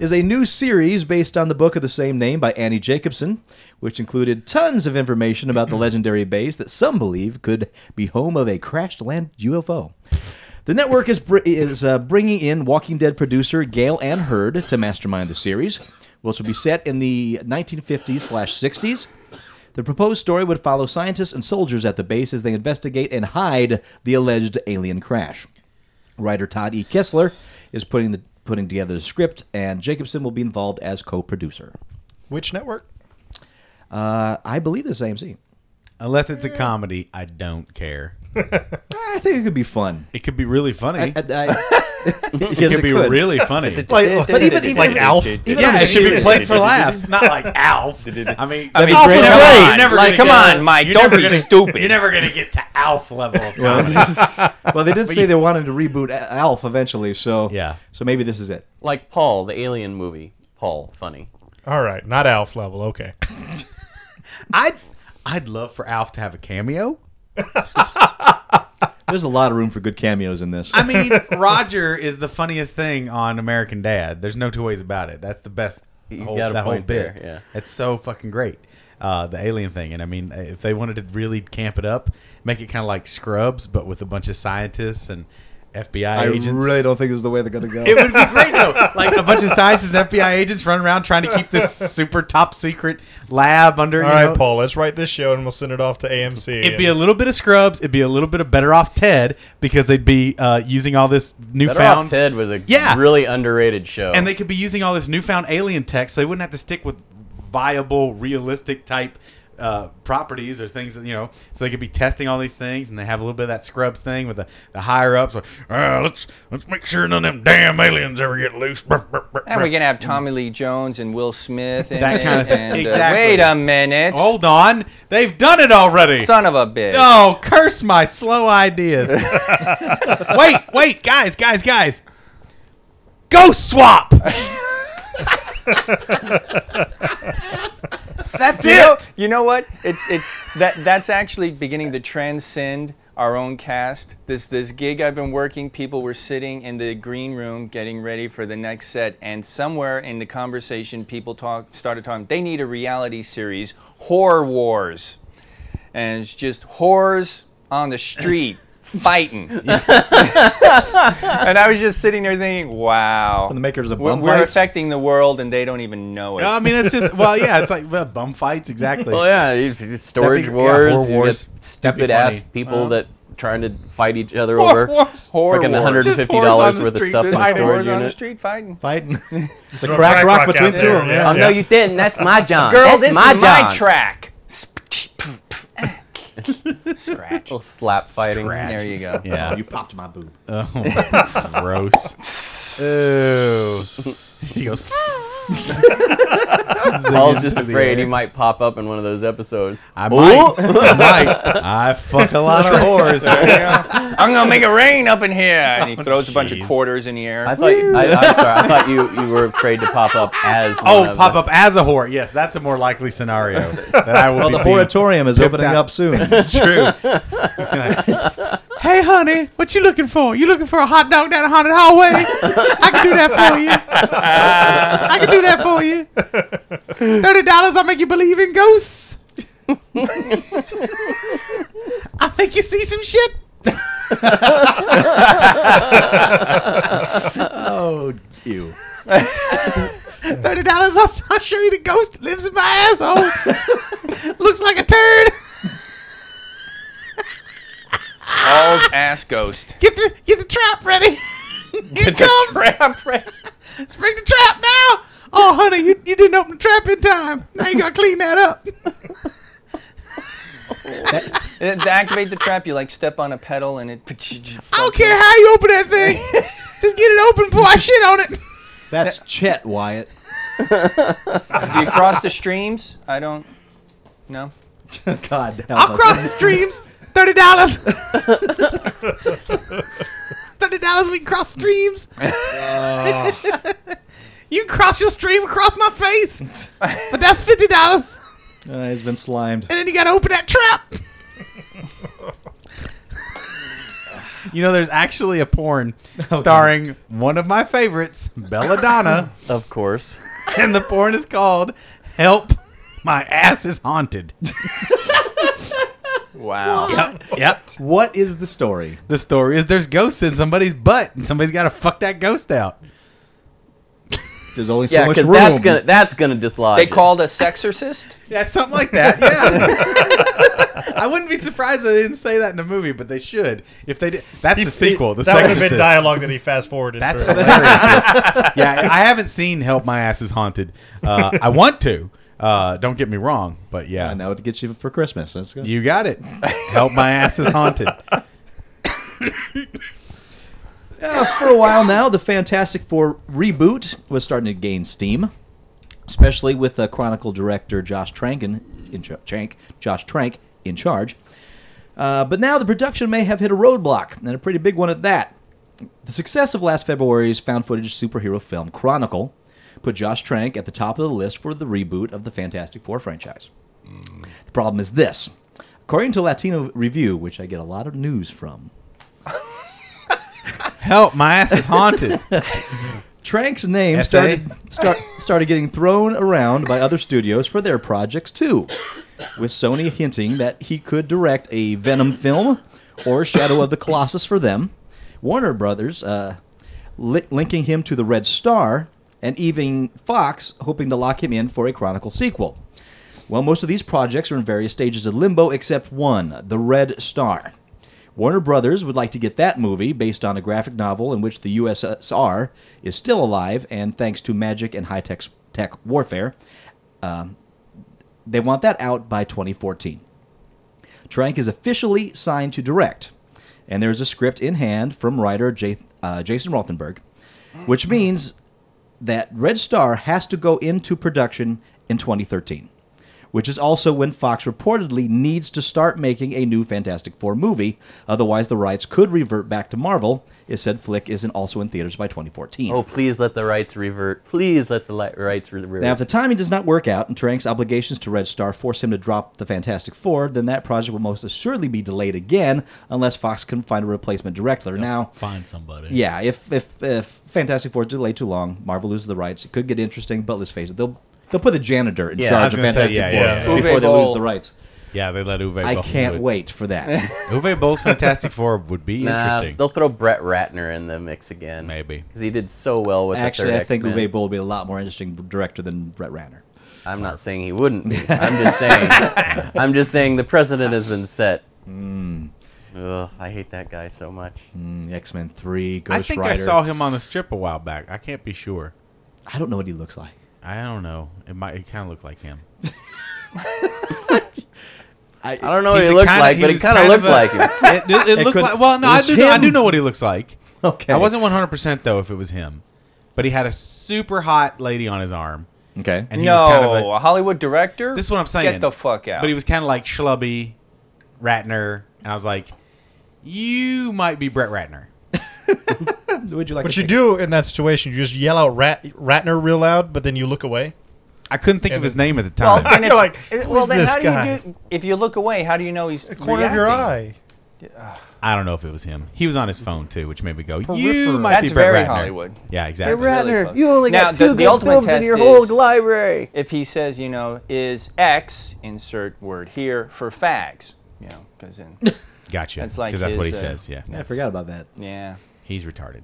is a new series based on the book of the same name by Annie Jacobson, which included tons of information about the legendary base that some believe could be home of a crashed land UFO. The network is, br- is uh, bringing in Walking Dead producer Gail Ann Hurd to mastermind the series, which will be set in the 1950s slash 60s. The proposed story would follow scientists and soldiers at the base as they investigate and hide the alleged alien crash. Writer Todd E. Kessler is putting the putting together the script, and Jacobson will be involved as co-producer.
Which network?
Uh, I believe this is AMC.
Unless it's a comedy, I don't care.
I think it could be fun.
It could be really funny.
I, [LAUGHS] I- yes,
it could be really funny.
Like,
But even-
like
even if-
Alf.
Yeah, it should be played for laughs, not like Alf. I mean,
I mean,
Alf was
come
great.
on, like, come on, Mike, don't be stupid.
You're never gonna get to Alf level. Of comedy.
[LAUGHS] well, they did say they wanted to reboot A- Alf eventually, so
Yeah.
so maybe this is it.
Like Paul, the alien movie. Paul, funny.
All right, not Alf level. Okay.
I'd I'd love for Alf to have a cameo.
There's a lot of room for good cameos in this.
I
[LAUGHS]
mean, Roger is the funniest thing on American Dad. There's no two ways about it. That's the best.
You
Whole,
got a
that whole
point
bit.
there, yeah.
it's so fucking great. Uh, the alien thing, and I mean, if they wanted to really camp it up, make it kind of like Scrubs, but with a bunch of scientists and FBI
I
agents.
really don't think this is the way they're gonna go.
It would be great though. Like a bunch of scientists and FBI agents running around trying to keep this super top secret lab under.
All
you
right,
know,
Paul. Let's write this show and we'll send it off to AMC.
It'd be a little bit of Scrubs. It'd be a little bit of Better Off Ted because they'd be uh, using all this
Better
newfound
Off Ted was a
Yeah.
really underrated show.
and they could be using all this newfound alien tech, so they wouldn't have to stick with viable, realistic type uh, properties or things that you know. So they could be testing all these things, and they have a little bit of that Scrubs thing with the, the higher ups. Like, "Ah, let's let's make sure none of them damn aliens ever get loose. Brr, brr, brr,
And
brr.
we're gonna have Tommy Lee Jones and Will Smith and uh,
That kind of thing. Exactly.
wait a minute,
Hold on, they've done it already.
son of a bitch.
Oh, curse my slow ideas. wait, wait, guys, guys, guys. Ghost swap. That's
you know,
it.
you know what? It's it's that that's actually beginning to transcend our own cast. This this gig I've been working, people were sitting in the green room getting ready for the next set, and somewhere in the conversation, people talk started talking. They need a reality series, horror wars, and it's just horrors on the street.
[LAUGHS]
Fighting, and I was just sitting there thinking, "Wow,
From the makers of
we're,
Bum
we're
Fights?
affecting the world, and they don't even know it."
I mean, it's just well, yeah, it's like well, bum fights exactly.
[LAUGHS] well, yeah, you- you- storage
yeah,
wars,
horror
you
wars.
get
That'd be
stupid ass
funny.
people that trying to fight each other
Horror
over
wars.
Horror
freaking
wars.
Just
$150
whores on the
worth of
street
stuff in the
fighting.
storage
Whores on the
unit.
street fighting.
Fighting the
Throw a
crack rock between
out
two
there,
of them.
yeah.
Yeah.
Oh, no, you didn't. That's my job.
Girl,
That's
this
my
is
job.
Uh, my track. Scratch.
Little slap fighting.
There you go.
Oh,
yeah, Oh, [LAUGHS]
You popped my boob.
gross. Ew. She
[LAUGHS]
goes.
Paul's just afraid he might pop up in one of those episodes.
I might. I might. I fuck a lot of whores.
[LAUGHS] I'm gonna make it rain up in here. Oh, And he throws a bunch of
jeez.
quarters in the air.
I thought I, I'm sorry. I thought you, you were afraid to pop up as one
oh,
of
pop
the-
up as a whore. Yes, that's a more likely scenario. That I will
Well, the
be being-
oratorium is
pimped
opening
out.
up soon.
It's true. hey, honey, what you looking for? You looking for a hot dog down a haunted hallway? I can do that for you. I can do that for you. Thirty dollars, I'll make you believe in ghosts. [LAUGHS] I'll make you see some shit.
oh, you.
[LAUGHS] Thirty dollars, I'll, I'll show you the ghost that lives in my asshole.
[LAUGHS]
Looks like a turd.
Paul's [LAUGHS] ass ghost.
Get the get the trap ready. Here it comes.
[LAUGHS]
Spring the trap now! Oh, honey, you, you didn't open the trap in time. Now you gotta clean that up.
And to activate the trap, you like step on a pedal and it. [LAUGHS]
I don't care how you open that thing. Just get it open before I shit on it.
[LAUGHS] That's Chet
[LAUGHS]
Wyatt.
Do you cross the streams? I don't. No.
God help
I'll
us. [LAUGHS]
cross the streams. Thirty [LAUGHS] dollars. Thirty dollars. We can cross streams. Ah. [LAUGHS] you can cross your stream across my face, but that's fifty dollars.
Uh, he's been slimed.
And then you gotta open that trap. [LAUGHS] you know, there's actually a porn starring one of my favorites, Belladonna,
of course.
and the porn is called "Help." My ass is haunted.
Wow.
yep.
What is the story?
The story is there's ghosts in somebody's butt, and somebody's got to fuck that ghost out.
There's only so
Yeah,
much
because
room.
that's gonna that's gonna dislodge.
They
it.
called a sexorcist.
Yeah, something like that. Yeah. [LAUGHS] I wouldn't be surprised if they didn't say that in the movie, but they should. If they did, that's the sequel. The
that would have
Sexorcist.
been dialogue that he fast forwarded.
That's
through.
hilarious. yeah, I haven't seen Help My Ass Is Haunted. Uh, I want to. Uh, don't get me wrong, but yeah,
I know what to get you for Christmas. That's good.
you got it. Help My Ass Is Haunted.
Uh, for a while now, the Fantastic Four reboot was starting to gain steam, especially with uh, Chronicle director Josh Trank in, in cha- Trank, Josh Trank in charge. Uh, but now the production may have hit a roadblock, and a pretty big one at that. The success of last February's found footage superhero film Chronicle put Josh Trank at the top of the list for the reboot of the Fantastic Four franchise. The problem is this. According to Latino Review, which I get a lot of news from,
Help My Ass Is Haunted.
Trank's name
SA?
started, start, started getting thrown around by other studios for their projects too, with Sony hinting that he could direct a Venom film or Shadow of the Colossus for them. Warner Brothers uh, li- linking him to the Red Star, and even Fox hoping to lock him in for a Chronicle sequel. Well, most of these projects are in various stages of limbo except one, The Red Star. Warner Brothers would like to get that movie based on a graphic novel in which the USSR is still alive, and thanks to magic and high tech tech warfare, um, they want that out by 2014. Trank is officially signed to direct, and there's a script in hand from writer J- uh, Jason Rothenberg, which means that Red Star has to go into production in 2013, which is also when Fox reportedly needs to start making a new Fantastic Four movie. Otherwise, the rights could revert back to Marvel if said flick isn't also in theaters by 2014.
Oh, please let the rights revert. Please let the li- rights re- revert.
Now, if the timing does not work out and Trank's obligations to Red Star force him to drop the Fantastic Four, then that project will most assuredly be delayed again unless Fox can find a replacement director. Now,
Find somebody.
yeah, if, if if Fantastic Four is delayed too long, Marvel loses the rights. It could get interesting, but let's face it, they'll they'll put the janitor in
Yeah, I
charge
was
of
gonna say,
Fantastic
yeah,
Four
yeah,
yeah.
before
Uwe
they
Boll.
lose the rights.
Yeah, they let Uwe.
I
Boll
can't
do it.
wait for
[LAUGHS]
that.
Uwe Boll's Fantastic Four would be
Nah,
interesting.
they'll throw Brett Ratner in the mix again.
Maybe.
because he did so well with the
Actually,
third
I think
X-Men.
Uwe Boll will be a lot more interesting director than Brett Ratner.
I'm not saying he
[LAUGHS]
wouldn't. Be. I'm just saying. I'm just saying the precedent has been set.
Hmm.
Ugh, I hate that guy so much.
X Men Mm, Three, Ghost
I think
Rider.
I saw him on the strip a while back. I can't be sure.
I don't know what he looks like. [LAUGHS]
I don't know. It might. It kind of looked like him.
I don't know what
He's
he
a
looks
kinda-
like,
he
but it
was
kind
kind
of
of
looks
a-
like him.
[LAUGHS] It, it, it
It
looked
could-
like. Well, no,
it
I
was
do. Know, I do
him.
know what he looks like.
Okay,
I wasn't one hundred percent though if it was him, but he had a super hot lady on his arm,
Okay.
and he
no,
was kind of a,
a Hollywood director.
This is what I'm saying.
Get the fuck out.
But he was kind of like schlubby, Ratner, and I was like, you might be Brett Ratner.
Would you like?
What
to
you do in that situation, you just yell out Rat, Ratner real loud, but then you look away.
I couldn't think
And
of his
then-
name at the time.
[LAUGHS] then
[LAUGHS] You're like,
it-
"Who's
well, then
this
how do
guy?"
you do? If you look away, how do you know he's the
Corner of your eye.
I don't know if it was him. He was on his phone too, which made me go, you
Peripheral.
might be
That's
Brett
very
Ratner.
Hollywood.
Yeah, exactly.
Ratner, you only got two good films in your whole library. If he says, you know, is X insert word here for fags, you know, because [LAUGHS] then
Gotcha.
That's
Because
like
that's what he
his, uh,
says. Yeah.
I forgot about that.
yeah,
He's retarded.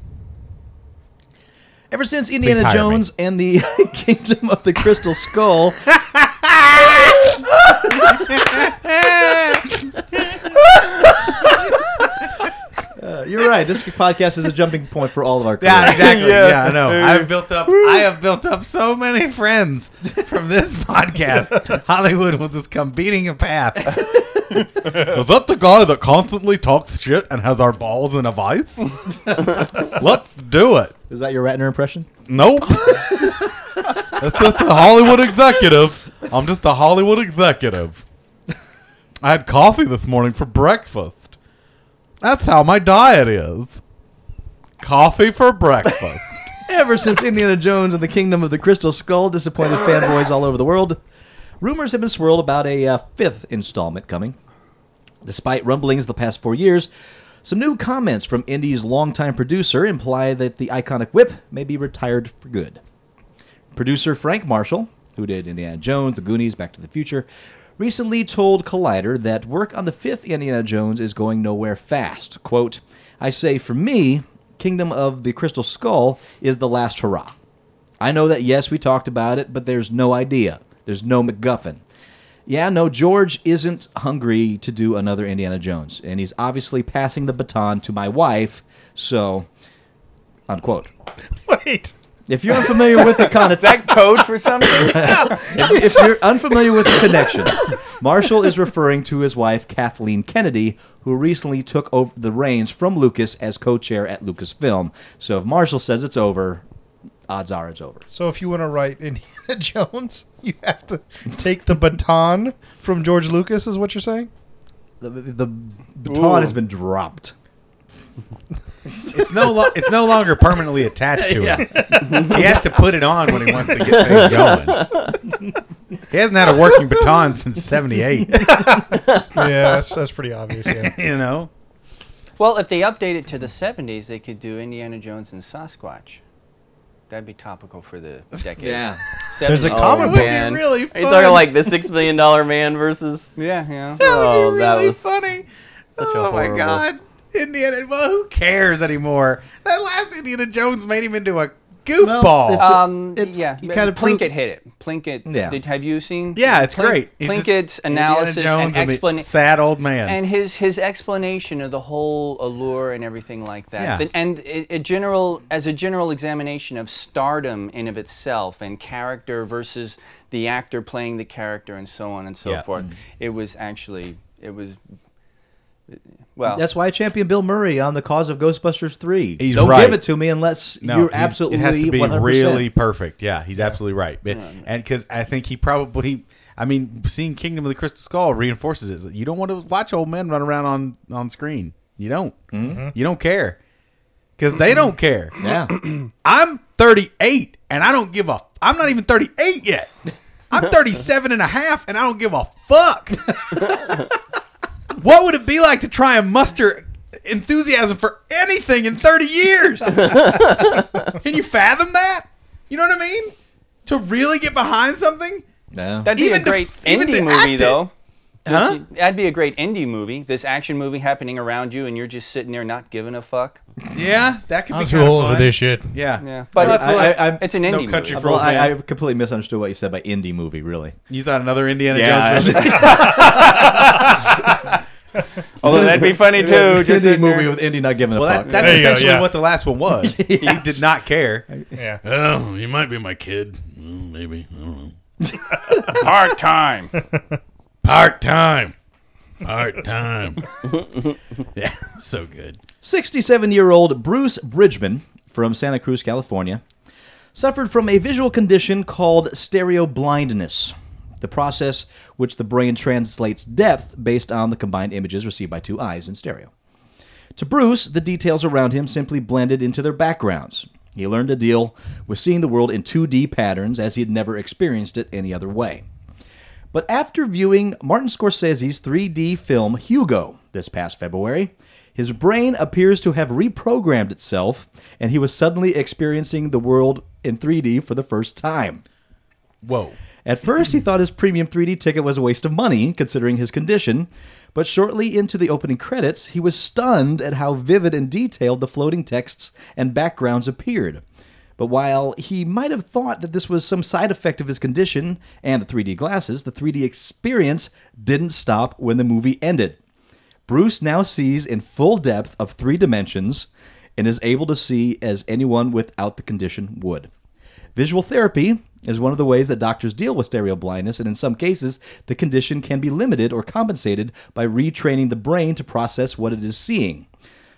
Ever since Indiana
hire me.
Jones
[LAUGHS]
and the [LAUGHS] Kingdom of the Crystal Skull. Uh, you're right. This podcast is a jumping point for all of our.
Yeah,
careers.
exactly. yeah. I know. I've built [LAUGHS] up. I have built up so many friends from this [LAUGHS] podcast. Hollywood will just come beating a [LAUGHS] path. Is that the guy that constantly talks shit and has our balls in a [LAUGHS] vice? Let's do it.
Is that your Ratner impression?
Nope. [LAUGHS] That's just a Hollywood executive. I'm just a Hollywood executive. I had coffee this morning for breakfast. That's how my diet is. Coffee for breakfast.
Ever since Indiana Jones and the Kingdom of the Crystal Skull disappointed fanboys all over the world, rumors have been swirled about a uh, fifth installment coming. Despite rumblings the past four years, some new comments from Indy's longtime producer imply that the iconic whip may be retired for good. Producer Frank Marshall, who did Indiana Jones, The Goonies, Back to the Future, recently told Collider that work on the fifth Indiana Jones is going nowhere fast. Quote, I say, for me, Kingdom of the Crystal Skull is the last hurrah. I know that, yes, we talked about it, but there's no idea. There's no MacGuffin. Yeah, no, George isn't hungry to do another Indiana Jones, and he's obviously passing the baton to my wife, so, unquote.
[LAUGHS]
Wait.
If you're unfamiliar with the context,
that code for something. [LAUGHS]
if you're unfamiliar with the connection, Marshall is referring to his wife Kathleen Kennedy, who recently took over the reins from Lucas as co-chair at Lucasfilm. So if Marshall says it's over, odds are it's over.
So if you want to write [LAUGHS] Indiana Jones, you have to take the baton from George Lucas, is what
[LAUGHS]
you're saying?
The, the baton
Ooh.
has been dropped.
[LAUGHS] It's no lo- it's no longer permanently attached to him. He has to put it on when he wants to get things going. He hasn't had a working baton since '78.
Yeah, that's, that's pretty obvious. Yeah.
[LAUGHS] You know,
well, if they update it to the '70s, they could do Indiana Jones and Sasquatch. That'd be topical for the decade.
There's a
70s.
comic book.
Oh, man.
really
Are you
fun.
talking like the six million dollar man
[LAUGHS]
versus?
Yeah, yeah.
that would
Oh,
be
that
really
was
funny.
such a
oh my
horrible-
god, Indiana. Well, who cares anymore? That last Indiana Jones made him into a goofball.
it's-
Um,
It's-
yeah,
you kinda
Plinkett
proved-
hit it. Plinkett.
Yeah.
Did, have you seen?
yeah, it's great. He's just
Plinkett's
Indiana
analysis and
Jones the
explanation.
Sad old man.
and his his explanation of the whole allure and everything like that
Yeah.
and a, a general as a general examination of stardom in of itself and character versus the actor playing the character and so on and so
Yeah. Mm-hmm.
forth it was actually it was well
That's why I champion Bill Murray on the cause of Ghostbusters three.
He's
Don't
right.
give it to me unless you're
he's-
absolutely.
It has to be
100%.
really perfect. Yeah, he's absolutely right. But- And because I think he probably, I mean, seeing Kingdom of the Crystal Skull reinforces it. You don't want to watch old men run around on on screen. You don't. You don't care because they don't care.
Yeah.
I'm 38 and I don't give a. I'm not even 38 yet.
[LAUGHS]
I'm 37 and a half and I don't give a fuck. what would it be like to try and muster enthusiasm for anything in
[LAUGHS]
30 years? Can you fathom that? You know what I mean? To really get behind something?
Yeah.
that'd be
even
a
to-
great
even to
indie
act
movie
it.
though
Huh?
that'd be a great indie movie this action movie happening around you and you're just sitting there not giving a fuck
Yeah, that could
[LAUGHS] I'm
be
too
kinda
old
fun.
for this shit.
Yeah,
yeah but
Well,
it's,
that's-
I- I-
it's an indie
no
movie
country for
Well,
old man.
I, I completely misunderstood what you said by indie movie. Really,
you thought another Indiana
[LAUGHS] Yeah,
Jones movie?
although that'd be funny
[LAUGHS]
too
indie
just sitting there.
movie with indie not giving a
Well,
fuck.
that, that's
There you go,
essentially
yeah.
what the last
[LAUGHS]
one was. He did not care.
Yeah.
Oh, you might be my kid. Mm, Maybe. I don't know.
part time.
Part time. Part time. [LAUGHS] yeah, so good.
67 year old Bruce Bridgman from Santa Cruz, California, suffered from a visual condition called stereo blindness, the process which the brain translates depth based on the combined images received by two eyes in stereo. To Bruce, the details around him simply blended into their backgrounds. He learned to deal with seeing the world in 2D patterns as he had never experienced it any other way. But after viewing Martin Scorsese's 3D film Hugo this past February, his brain appears to have reprogrammed itself, and he was suddenly experiencing the world in 3D for the first time.
Whoa.
At first, he thought his premium 3D ticket was a waste of money, considering his condition, but shortly into the opening credits, he was stunned at how vivid and detailed the floating texts and backgrounds appeared. But while he might have thought that this was some side effect of his condition and the 3D glasses, the 3D experience didn't stop when the movie ended. Bruce now sees in full depth of three dimensions and is able to see as anyone without the condition would. Visual therapy is one of the ways that doctors deal with stereo blindness, and in some cases, the condition can be limited or compensated by retraining the brain to process what it is seeing.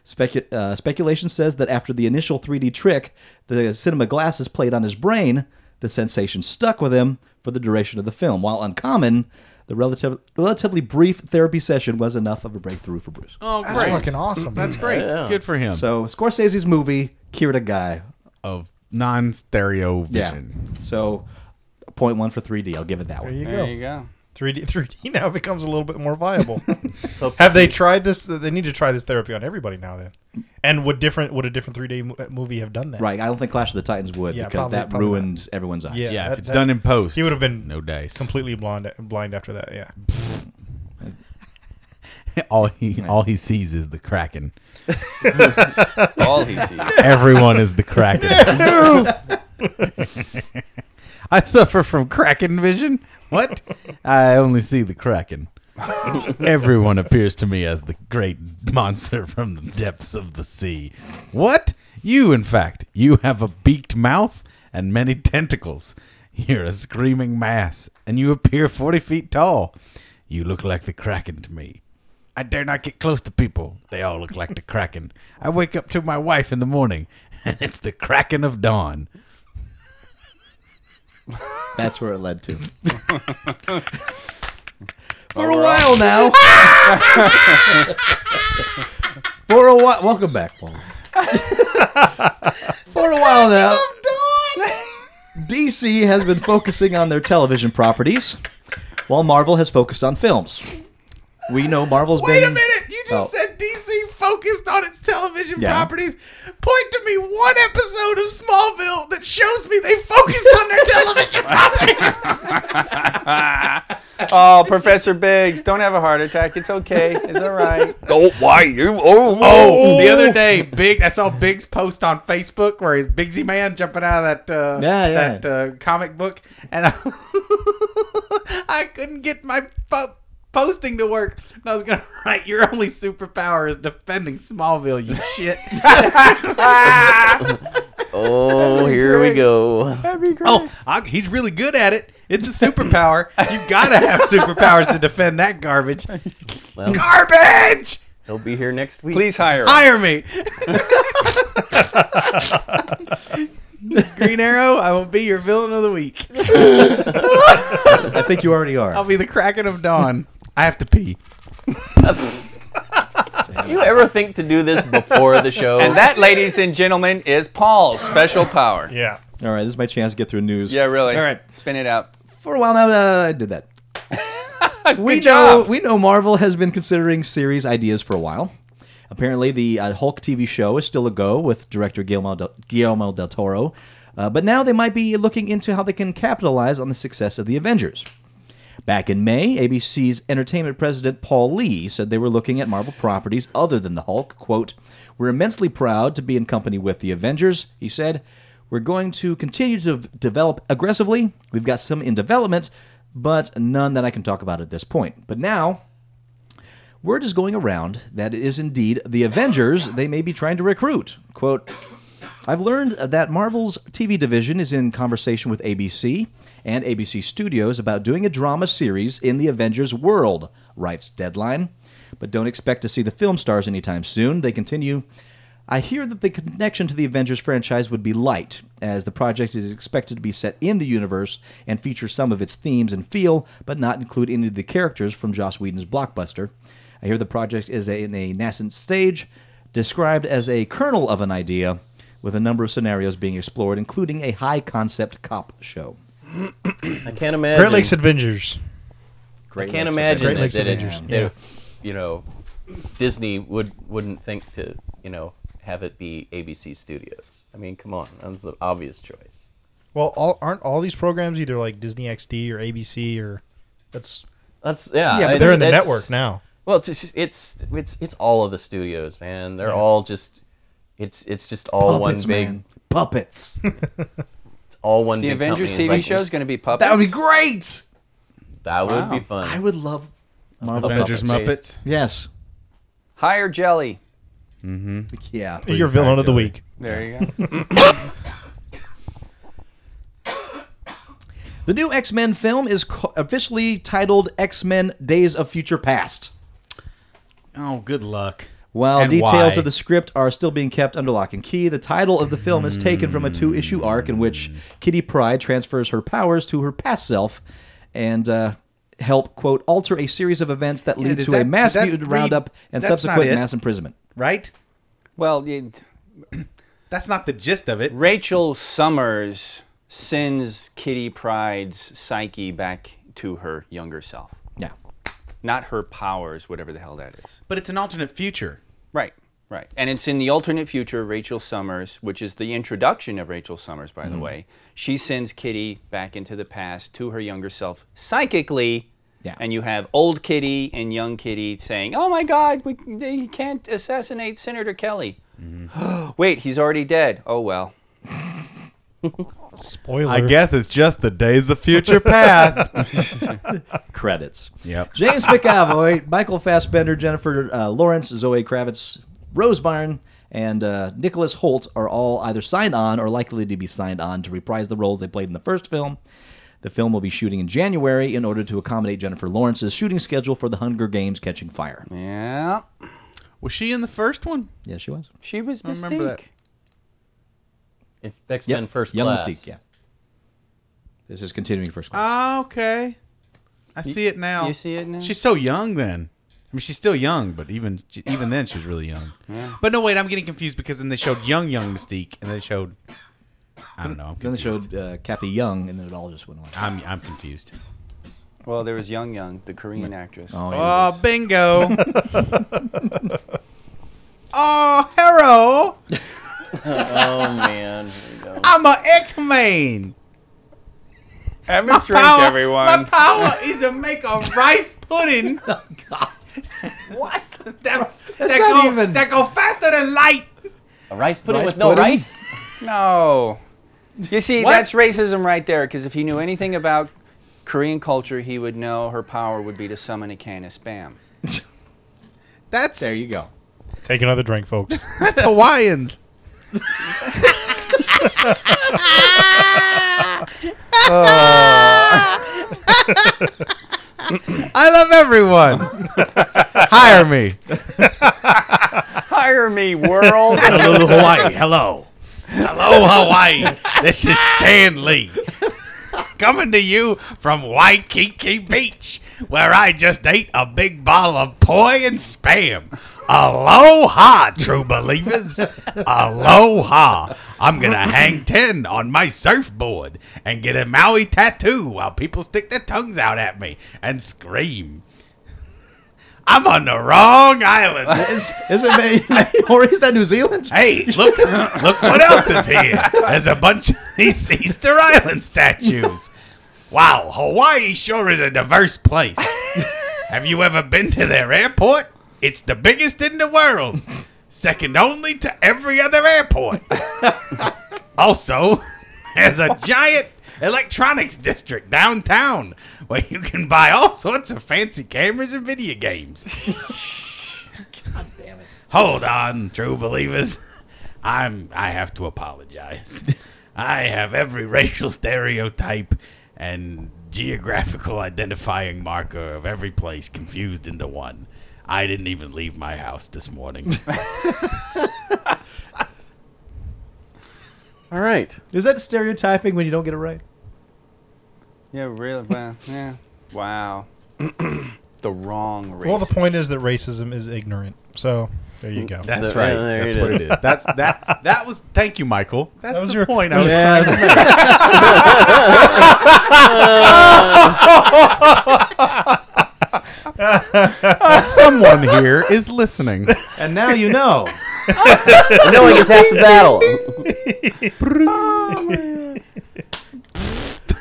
Specu- uh, speculation says that after the initial 3D trick, the cinema glasses played on his brain, the sensation stuck with him for the duration of the film. While uncommon, the relative, relatively brief therapy session was enough of a breakthrough for Bruce.
Oh, great.
That's fucking awesome.
That's great. Good for him.
So Scorsese's movie cured a guy.
of non-stereo vision.
So, point one for 3D. I'll give it that
There
one.
you
There
go.
you go.
[LAUGHS] 3D 3D now becomes a little bit
[LAUGHS]
more viable. Have they tried this? They need to try this therapy on everybody now. Then, and would different would a different 3D mo- uh, movie have done that?
Right. I don't think Clash of the Titans would
Yeah,
because
probably-
that
probably
ruined everyone's eyes.
Yeah.
Yeah, if
that-
it's
that-
done in post,
He would have been
no dice.
completely blind blind after that. Yeah.
[LAUGHS] all he all he sees is the kraken.
All he sees.
Everyone is the
[LAUGHS]
kraken. [LAUGHS] I suffer from kraken vision. What? I only see the kraken. [LAUGHS] Everyone appears to me as the great monster from the depths of the sea. What? You, in fact, you have a beaked mouth and many tentacles. You're a screaming mass, and you appear 40 feet tall. You look like the Kraken to me. I dare not get close to people. They all look like the Kraken. I wake up to my wife in the morning, [LAUGHS] and it's the Kraken of dawn.
That's where it led [LAUGHS] to. For a while now. [LAUGHS] For a while. Welcome back, Paul. [LAUGHS] For a while now. DC has been focusing on their television properties, while Marvel has focused on films. We know Marvel's been.
You
just Oh.
said DC focused on its television
Yeah. properties.
Point to me one episode of Smallville that shows me they focused on their [LAUGHS] television properties.
Oh, Professor Biggs, don't have a heart attack. It's okay. It's all right.
Oh, why you? Oh,
[LAUGHS] Oh, the other day, Big I saw Big's post on Facebook where he's Bigsy Man jumping out of that uh,
Yeah, yeah.
that uh, comic book, and [LAUGHS] I, I couldn't get my po- posting to work. And I was gonna [LAUGHS] write, "Your only superpower is defending Smallville, you shit."
Oh, here we go.
oh, I, he's really good at it. It's a superpower. You've got to have superpowers to defend that garbage.
Well.
garbage.
He'll be here next week.
Please hire him.
Hire me. Green Arrow, I will be your villain of the week.
I think you already
I'll
are.
be the Kraken of Dawn. I have to pee.
You ever think to do this before the show?
And that, ladies and gentlemen, is Paul's special power. Yeah,
Yeah.
All right, this is my chance to get through news.
really.
All right.
Spin it out.
For a while now, uh, I did that. we
Good
know
job.
we know Marvel has been considering series ideas for a while. Apparently, the uh, Hulk TV show is still a go with director Guillermo del, Guillermo del Toro, uh, but now they might be looking into how they can capitalize on the success of the Avengers. Back in May, ABC's entertainment president Paul Lee said they were looking at Marvel properties other than the Hulk. Quote, We're immensely proud to be in company with the Avengers, he said. We're going to continue to v- develop aggressively. We've got some in development, but none that I can talk about at this point. But now, word is going around that it is indeed the Avengers they may be trying to recruit. Quote, I've learned that Marvel's TV division is in conversation with ABC and ABC Studios about doing a drama series in the Avengers world, writes Deadline. But don't expect to see the film stars anytime soon. They continue. I hear that the connection to the Avengers franchise would be light, as the project is expected to be set in the universe and feature some of its themes and feel, but not include any of the characters from Joss Whedon's blockbuster. I hear the project is in a nascent stage, described as a kernel of an idea, with a number of scenarios being explored, including a high concept cop show.
I can't imagine.
Great Lakes Avengers.
I can't imagine
Great Lakes
that, that,
Avengers,
it, that you know, Disney would wouldn't think to you know have it be ABC Studios. I mean, come on, that's the obvious choice.
Well, all, aren't all these programs either like Disney XD or ABC or that's
That's yeah.
Yeah, but
it's-
they're in the
that's-
network now.
Well, it's it's it's it's all of the studios, man. They're all just it's it's just all one big
Puppets.
all one.
The
big
Avengers
company.
TV
It's like,
show is going to be
[LAUGHS]
puppets.
that would be great.
That would
Wow.
be fun.
I would love.
Marvel
Avengers Muppets.
Yes.
Hire Jelly.
Yeah.
Your villain of the week.
There you
[LAUGHS]
go.
The new X Men film is co- officially titled X Men Days of Future Past.
Oh, good luck.
While
And
details
why?
of the script are still being kept under lock and key, the title of the film is taken from a two issue arc in which Kitty Pride transfers her powers to her past self and uh, help, quote, alter a series of events that lead
does
to a
that-
mass
does that
mutant
read-
roundup and
that's not
subsequent
it.
mass imprisonment.
Right?
well, you,
That's not the gist of it.
Rachel Summers sends Kitty Pride's psyche back to her younger self,
Yeah.
not her powers, whatever the hell that is.
But it's an alternate future.
Right, right. And it's in the alternate future, Rachel Summers, which is the introduction of Rachel Summers, by the way. She sends Kitty back into the past to her younger self psychically.
Yeah.
And you have old Kitty and young Kitty saying, "Oh my God, we, they can't assassinate Senator Kelly." [GASPS] Wait, he's already dead. Oh well.
Spoiler.
I guess it's just the days of [LAUGHS] future past.
Credits.
yep.
James McAvoy, [LAUGHS] Michael Fassbender, Jennifer uh, Lawrence, Zoe Kravitz, Rose Byrne, and uh, Nicholas Holt are all either signed on or likely to be signed on to reprise the roles they played in the first film. The film will be shooting in January in order to accommodate Jennifer Lawrence's shooting schedule for The Hunger Games: Catching Fire.
Yeah.
Was she in the first one?
Yes, she was.
She was
I remember that.
Mystique.
It's X
Yep,
Men First
Young
Class.
Mystique. Yeah. This is continuing first class.
Oh, okay. I see it now.
you see it now?
Oh. She's so young then. I mean, she's still young, but even she- even then, she was really young. But no, wait, I'm getting confused because then they showed young, young Mystique, and they showed I don't know. I'm
then they
confused.
showed uh, Kathy Young, and then it all just went away.
I'm I'm confused.
Well, there was Young Young, the Korean actress.
Oh, yeah.
Oh, bingo! [LAUGHS] oh, hello!
Oh man. Here we go.
I'm a X-Man.
Have a drink,
My power is to make a rice
[LAUGHS]
pudding. oh, God. what? That, that
not
go,
even-
that go faster than light.
A rice pudding
Rice
with no
pudding?
rice.
No. You see,
What?
that's racism right there, because if he knew anything about Korean culture, he would know her power would be to summon a can of spam.
That's
there you go.
Take another
[LAUGHS]
drink, folks.
that's Hawaiians. [LAUGHS] I love everyone. Hire me.
Hire [LAUGHS] me, world!
Hello, Hawaii. Hello.
Hello, Hawaii. This is Stan Lee. Coming to you from Waikiki Beach, where I just ate a big bottle of poi and spam. Aloha, true believers. Aloha. I'm going to hang 10 on my surfboard and get a Maui tattoo while people stick their tongues out at me and scream. I'm on the wrong island.
Is, is it May [LAUGHS] or is that New Zealand?
Hey, look, look what else is here. There's a bunch of [LAUGHS] these Easter Island statues. Wow, Hawaii sure is a diverse place. Have you ever been to their airport? It's the biggest in the world, second only to every other airport. Also, there's a giant electronics district downtown where you can buy all sorts of fancy cameras and video games. Hold on, true believers. [LAUGHS] I'm I have to apologize. [LAUGHS] I have every racial stereotype and geographical identifying marker of every
[LAUGHS]
place confused into one. I didn't even leave my house this morning.
All right.
Is that stereotyping when you don't get it right?
Yeah, really? Wow. yeah. Wow. the wrong race.
Well, the point is that racism is ignorant. So there you go.
That's
So,
right.
yeah, there
That's
it
what
is.
it is. That's that. That was. Thank you, Michael. That's
was
the
your-
point.
that
I was
was-
trying to make. [LAUGHS]
[LAUGHS]
Someone here is listening.
And now you know.
Knowing is half the battle.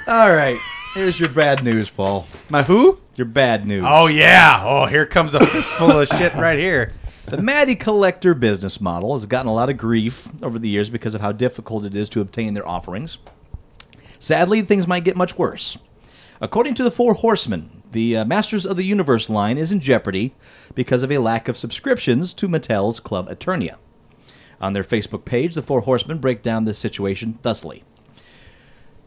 All right. Here's your bad news, Paul.
My who?
Your bad news.
Oh yeah. Oh, here comes a fistful of shit right here.
The Maddie Collector business model has gotten a lot of grief over the years because of how difficult it is to obtain their offerings. Sadly, things might get much worse. According to the Four Horsemen, the uh, Masters of the Universe line is in jeopardy because of a lack of subscriptions to Mattel's Club Eternia. On their Facebook page, the Four Horsemen break down this situation thusly.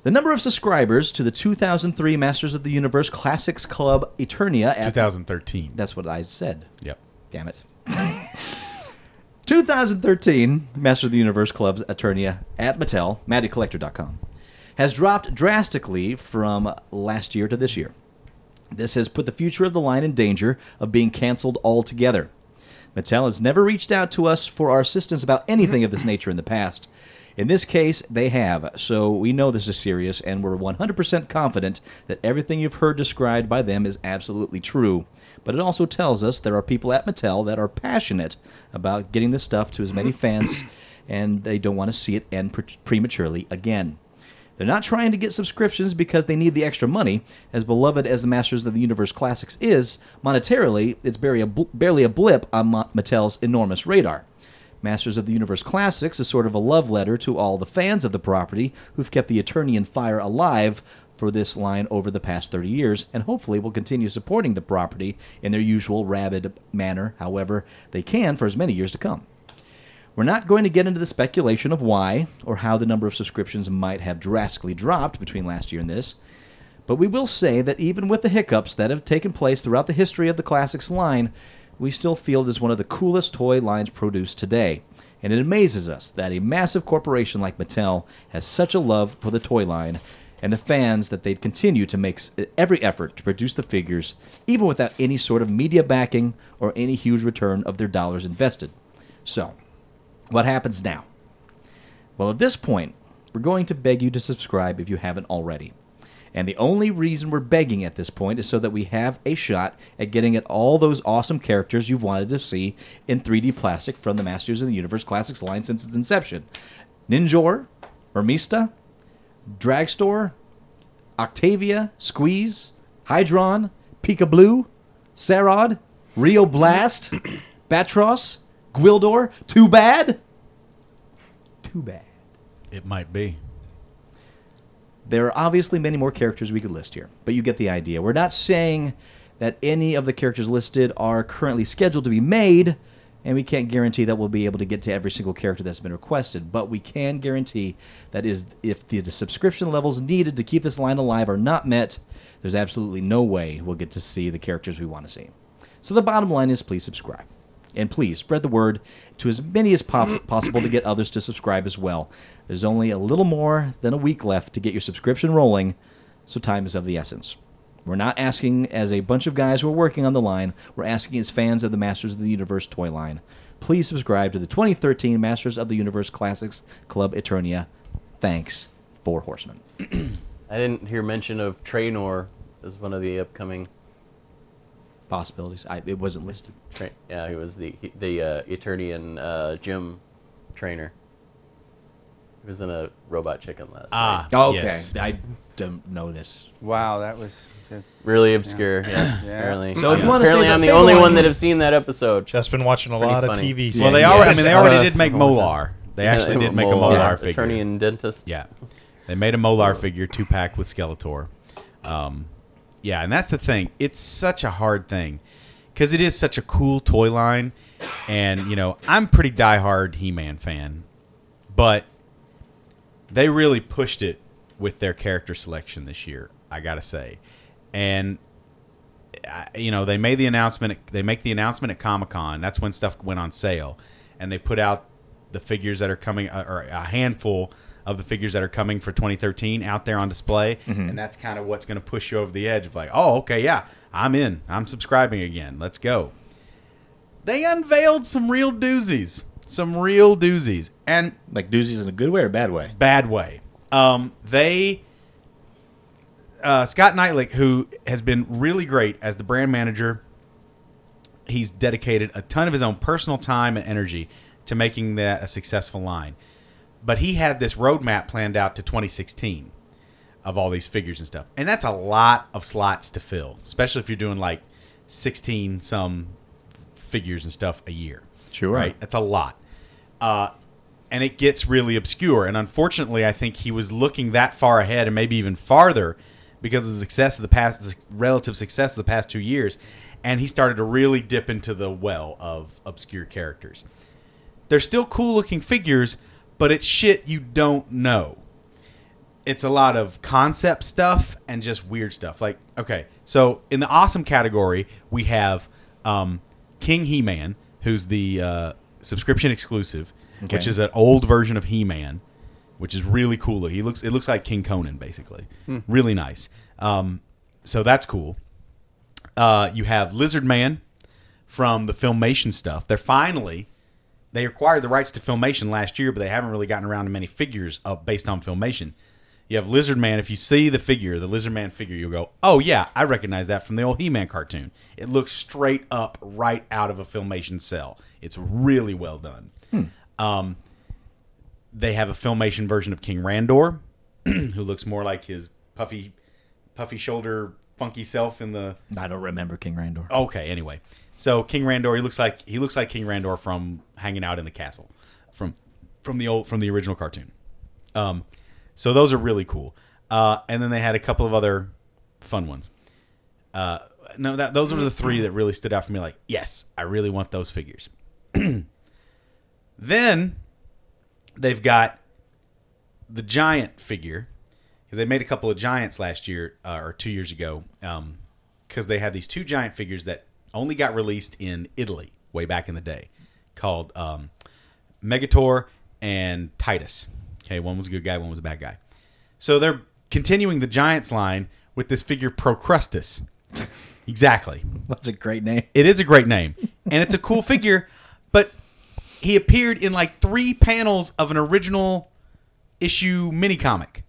The number of subscribers to the 2003 Masters of the Universe Classics Club Eternia at
2013.
That's what I said.
Yep.
[LAUGHS] Damn it. 2013, Master of the Universe Club's Eternia at Mattel, MattyCollector.com, has dropped drastically from last year to this year. This has put the future of the line in danger of being canceled altogether. Mattel has never reached out to us for our assistance about anything of this nature in the past. In this case, they have, so we know this is serious, and we're 100% confident that everything you've heard described by them is absolutely true. But it also tells us there are people at Mattel that are passionate about getting this stuff to as many fans, and they don't want to see it end pre- prematurely again. They're not trying to get subscriptions because they need the extra money. As beloved as the Masters of the Universe Classics is, monetarily, it's barely a, bl- barely a blip on Ma- Mattel's enormous radar. Masters of the Universe Classics is sort of a love letter to all the fans of the property who've kept the Eternian fire alive for this line over the past 30 years and hopefully will continue supporting the property in their usual rabid manner, however they can for as many years to come. We're not going to get into the speculation of why or how the number of subscriptions might have drastically dropped between last year and this, but we will say that even with the hiccups that have taken place throughout the history of the Classics line, we still feel it is one of the coolest toy lines produced today. And it amazes us that a massive corporation like Mattel has such a love for the toy line and the fans that they'd continue to make s- every effort to produce the figures, even without any sort of media backing or any huge return of their dollars invested. So, what happens now? Well, at this point, we're going to beg you to subscribe if you haven't already. And the only reason we're begging at this point is so that we have a shot at getting at all those awesome characters you've wanted to see in 3D plastic from the Masters of the Universe Classics line since its inception Ninjor, Ermista, Dragstore, Octavia, Squeeze, Hydron, Pika Blue, Sarod, Rio Blast, Batros, Gwildor, Too Bad. Too bad.
It might be.
There are obviously many more characters we could list here, but you get the idea. We're not saying that any of the characters listed are currently scheduled to be made, and we can't guarantee that we'll be able to get to every single character that's been requested, but we can guarantee that is if the, the subscription levels needed to keep this line alive are not met, there's absolutely no way we'll get to see the characters we want to see. So the bottom line is please subscribe. And please spread the word to as many as pop- [COUGHS] possible to get others to subscribe as well. There's only a little more than a week left to get your subscription rolling, so time is of the essence. We're not asking as a bunch of guys who are working on the line, we're asking as fans of the Masters of the Universe toy line. Please subscribe to the 2013 Masters of the Universe Classics Club Eternia. Thanks, Four Horsemen.
I didn't hear mention of Trainor as one of the upcoming.
Possibilities. I, it wasn't listed.
Tra- yeah, he was the he- the uh, Eternian uh, gym trainer. He was in a robot chicken last night.
Ah, yes.
I don't know this.
wow, that was. that-
Really obscure. Yeah.
Yeah.
Apparently,
So if you wanna say
apparently
that,
I'm
say
the
the
only
line.
one that have seen that episode.
Just been watching a lot
funny.
of TV.
Well, they
series.
already. I mean, they
Yeah.
already
Uh,
did make
what was it?
Molar. They actually
Yeah,
did make a
Molar,
Molar
attorney
figure.
and dentist.
Yeah, they made a Molar figure two pack with Skeletor. Um, yeah, and that's the thing. It's such a hard thing because it is such a cool toy line, and you know I'm pretty diehard He-Man fan, but they really pushed it with their character selection this year. I gotta say, and I- you know they made the announcement they make the announcement at comic-con that's when stuff went on sale and they put out the figures that are coming uh, or a handful of the figures that are coming for 2013 out there on display,
Mm-hmm.
and that's kind of what's going to push you over the edge of like, oh, okay, yeah, I'm in, I'm subscribing again, let's go. They unveiled some real doozies, some real doozies, and
Like doozies in a good way or bad way?
bad way. Um, they uh, Scott Knightlick, who has been really great as the brand manager, he's dedicated a ton of his own personal time and energy to making that a successful line. But he had this roadmap planned out to 2016 of all these figures and stuff, and that's a lot of slots to fill, especially if you're doing like 16 some figures and stuff a year.
Sure.
right? That's a lot Uh, and it gets really obscure. And unfortunately, I think he was looking that far ahead and maybe even farther because of the success of the past, the relative success of the past two years. And he started to really dip into the well of obscure characters. They're still cool looking figures, but it's shit you don't know. It's a lot of concept stuff and just weird stuff. Like, okay, so in the awesome category, we have um, King He Man, who's the uh, subscription exclusive, which is an old version of He Man, which is really cool. He looks it looks like King Conan basically, really nice. Um, so that's cool. Uh, you have Lizard Man from the filmation stuff. They're finally they acquired the rights to filmation last year, but they haven't really gotten around to many figures uh, based on filmation. You have Lizard Man. If you see the figure, the Lizard Man figure, you'll go, "Oh yeah, I recognize that from the old He-Man cartoon." It looks straight up right out of a filmation cell. It's really well done. Um, they have a filmation version of King Randor, [CLEARS THROAT] who looks more like his puffy, puffy shoulder, funky self in the
I don't remember King Randor.
Okay, anyway. So King Randor, he looks like he looks like King Randor from hanging out in the castle from from the old from the original cartoon. Um, so those are really cool. Uh, and then they had a couple of other fun ones. Uh, no, that those were the three that really stood out for me. Like, yes, I really want those figures. [CLEARS THROAT] then they've got the giant figure because they made a couple of giants last year uh, or two years ago because they had these two giant figures that only got released in Italy way back in the day called um, Megator and Titus. Okay, one was a good guy, one was a bad guy. So they're continuing the giants line with this figure Procrustes. [LAUGHS] Exactly.
That's a great name.
It is a great name, and it's a cool [LAUGHS] figure, but he appeared in like three panels of an original issue mini comic.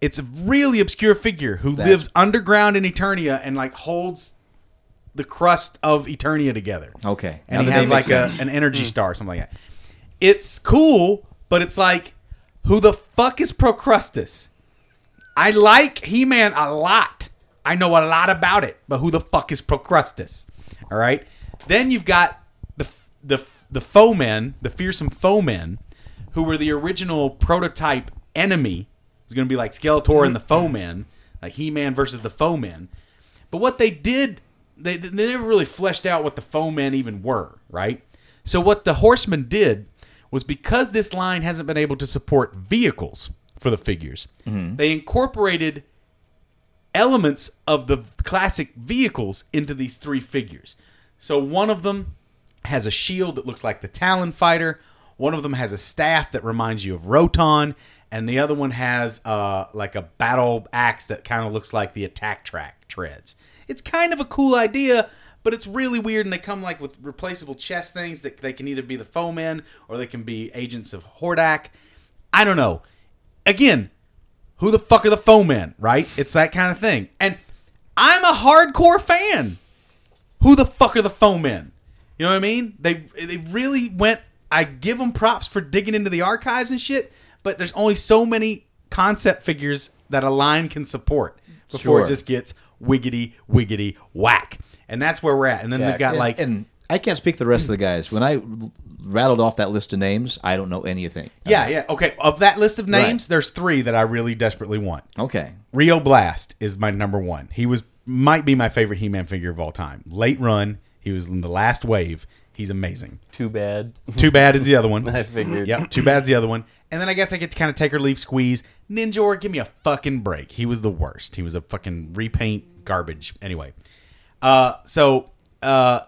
It's a really obscure figure who lives underground in Eternia and like holds the crust of Eternia together.
Okay.
And
Oh, Now
he
the
has
name makes
like a,
sense. Hmm.
an energy star or something like that. It's cool, but it's like, who the fuck is Procrustes? I like He Man a lot. I know a lot about it, but who the fuck is Procrustes? All right. Then you've got the the the foemen, the fearsome foemen, who were the original prototype enemy. It's going to be like Skeletor and the foemen, like He Man versus the foemen. But what they did, they, they never really fleshed out what the foemen even were, right? So what the horsemen did was because this line hasn't been able to support vehicles for the figures, they incorporated elements of the classic vehicles into these three figures. So one of them has a shield that looks like the Talon fighter. One of them has a staff that reminds you of Roton, and the other one has uh, like a battle axe that kind of looks like the attack track treads. It's kind of a cool idea, but it's really weird. And they come like with replaceable chest things that they can either be the foemen or they can be agents of Hordak. I don't know. Again, who the fuck are the foemen, right? It's that kind of thing. And I'm a hardcore fan. Who the fuck are the foemen? You know what I mean? They they really went I give them props for digging into the archives and shit, but there's only so many concept figures that a line can support before
Sure.
it just gets wiggity wiggity whack. And that's where we're at. And then they've got
And-
like
and I can't speak for the rest of the guys. When I l- rattled off that list of names, I don't know anything.
Yeah, yeah. Okay, of that list of
Right.
names, there's 3 that I really desperately want.
Okay.
Rio Blast is my number one. He was might be my favorite He-Man figure of all time. Late run, he was in the last wave. He's amazing.
Too bad.
Too bad is the other one.
[LAUGHS] I figured.
Yep. Too bad's the other one. And then I guess I get to kind of take or leave squeeze. Ninja or give me a fucking break. He was the worst. He was a fucking repaint garbage. Anyway, uh, so uh,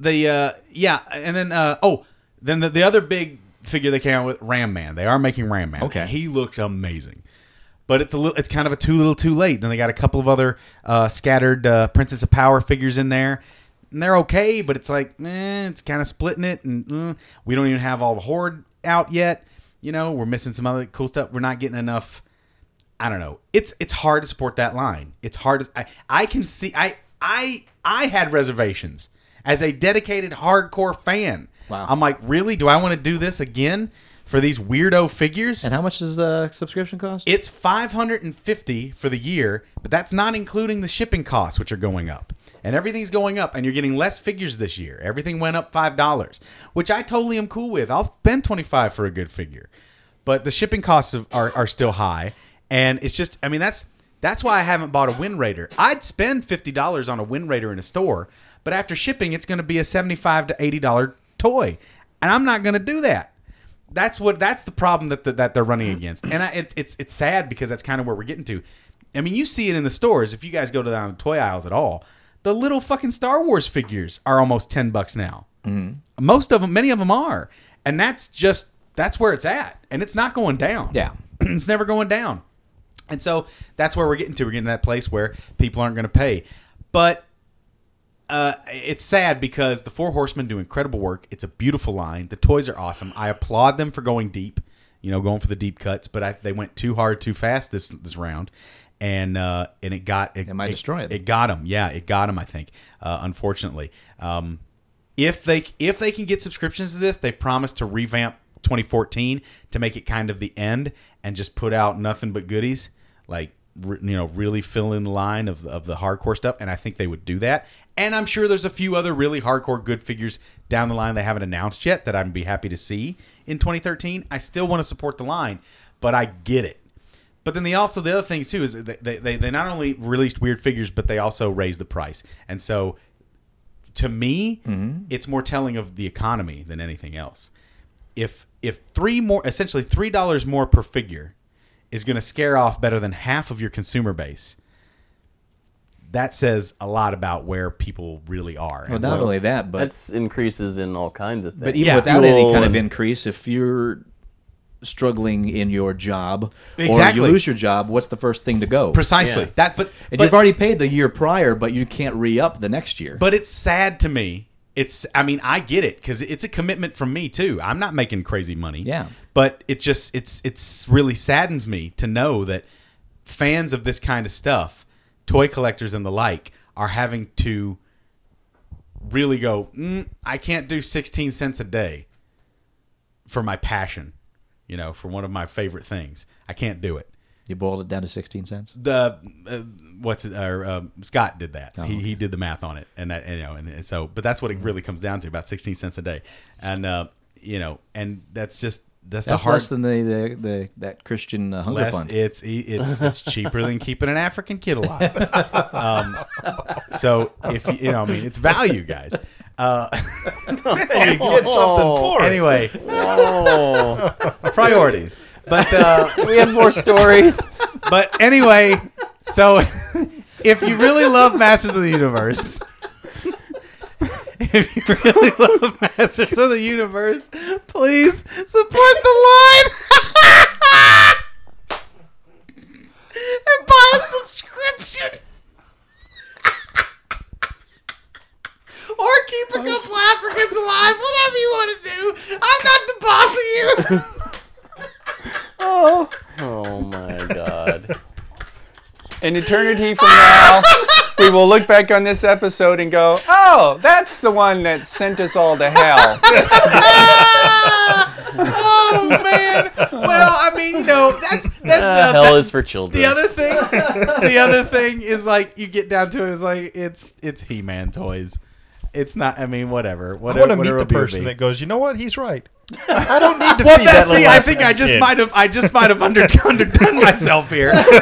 the uh, yeah, and then uh, oh, then the, the other big figure they came out with Ram Man. They are making Ram Man.
Okay.
he looks amazing. But it's a little, it's kind of a too little, too late. Then they got a couple of other uh, scattered uh, Princess of Power figures in there, and they're okay. But it's like, eh, it's kind of splitting it, and mm, we don't even have all the Horde out yet. You know, we're missing some other cool stuff. We're not getting enough. I don't know. It's it's hard to support that line. It's hard. To, I I can see. I I I had reservations as a dedicated hardcore fan.
Wow.
I'm like, really? Do I want to do this again for these weirdo figures?
And how much does the subscription cost?
It's 550 for the year, but that's not including the shipping costs, which are going up. And everything's going up, and you're getting less figures this year. Everything went up five dollars, which I totally am cool with. I'll spend 25 for a good figure, but the shipping costs of, are are still high, and it's just, I mean, that's that's why I haven't bought a Wind Raider. I'd spend 50 dollars on a Wind Raider in a store, but after shipping, it's going to be a 75 to 80 dollar toy, and I'm not going to do that that's what that's the problem that the, that they're running against, and I, it's it's it's sad because that's kind of where we're getting to. I mean, you see it in the stores if you guys go to the toy aisles at all. The little fucking Star Wars figures are almost ten bucks now. Most of them, many of them are, and that's just that's where it's at, and it's not going down.
Yeah.
[CLEARS THROAT] it's never going down, and so that's where we're getting to. We're getting to that place where people aren't going to pay, but uh, it's sad because the Four Horsemen do incredible work. It's a beautiful line. The toys are awesome. I applaud them for going deep, you know, going for the deep cuts. But I, they went too hard, too fast this this round, and uh, and it got it,
It might destroy it.
It got them. Yeah, it got them. I think, uh, unfortunately, um, if they if they can get subscriptions to this, they've promised to revamp 2014 to make it kind of the end and just put out nothing but goodies, like re- you know, really fill in the line of of the hardcore stuff. And I think they would do that. And I'm sure there's a few other really hardcore good figures down the line they haven't announced yet that I'd be happy to see in 2013. I still want to support the line, but I get it. But then they also the other things too is they, they- they they not only released weird figures but they also raised the price and so to me,
Mm-hmm.
it's more telling of the economy than anything else. If if three more, essentially three dollars more per figure, is going to scare off better than half of your consumer base, that says a lot about where people really are.
Well,
And
not only that, but
That's increases in all kinds of things.
But even
Yeah.
without any
Fuel
kind of
and-
increase, if you're struggling in your job or
Exactly.
you lose your job, what's the first thing to go?
precisely
Yeah.
that, but
And
but-
you've already paid the year prior, but you can't re up the next year.
But it's sad to me. It's I mean, I get it cuz it's a commitment from me too. I'm not making crazy money.
Yeah.
But it just it's it's really saddens me to know that fans of this kind of stuff, toy collectors and the like, are having to really go, mm, I can't do 16 cents a day for my passion, you know, for one of my favorite things. I can't do it
you boiled it down to 16 cents.
the uh, what's it? Uh, um, Scott did
Oh,
that. he, he did the math on it, and that, you know, and, and so, but that's what it really comes down to about sixteen cents a day, and uh, you know, and that's just that's, the
That's
hard.
less than the, the, the that Christian uh, hunger
less-
fund.
it's e,
[LAUGHS]
it's it's cheaper than keeping an African kid alive. um, so if you, you know, I mean, it's value, guys. Uh,
you [LAUGHS] get something for it.
anyway,
oh,
priorities, but.
[LAUGHS]
Uh,
we had more
[LAUGHS]
stories.
But anyway, so [LAUGHS] if you really love Masters of the Universe, if you really love Masters of the Universe, please support the line [LAUGHS] and buy a subscription. [LAUGHS] Or keep a couple Africans alive, whatever you want to do. I'm not the boss of you. [LAUGHS]
Oh my god.
An eternity from now, we will look back on this episode and go, "Oh, that's the one that sent us all to hell."
Oh man. Well, I mean, you know, that's that's
Uh,
[LAUGHS] the,
hell is for children.
the other thing. The other thing is like you get down to it. It's like it's it's He Man toys. It's not. I mean, whatever.
I
Whatever.
want to meet
whatever
the
it may
person
be. [LAUGHS]
that goes, you know what? He's right. I don't need [LAUGHS] to
well,
feed that
that's
little
see. I
African
think I just
kid.
might have. I just might have
[LAUGHS]
under, underdone myself here. a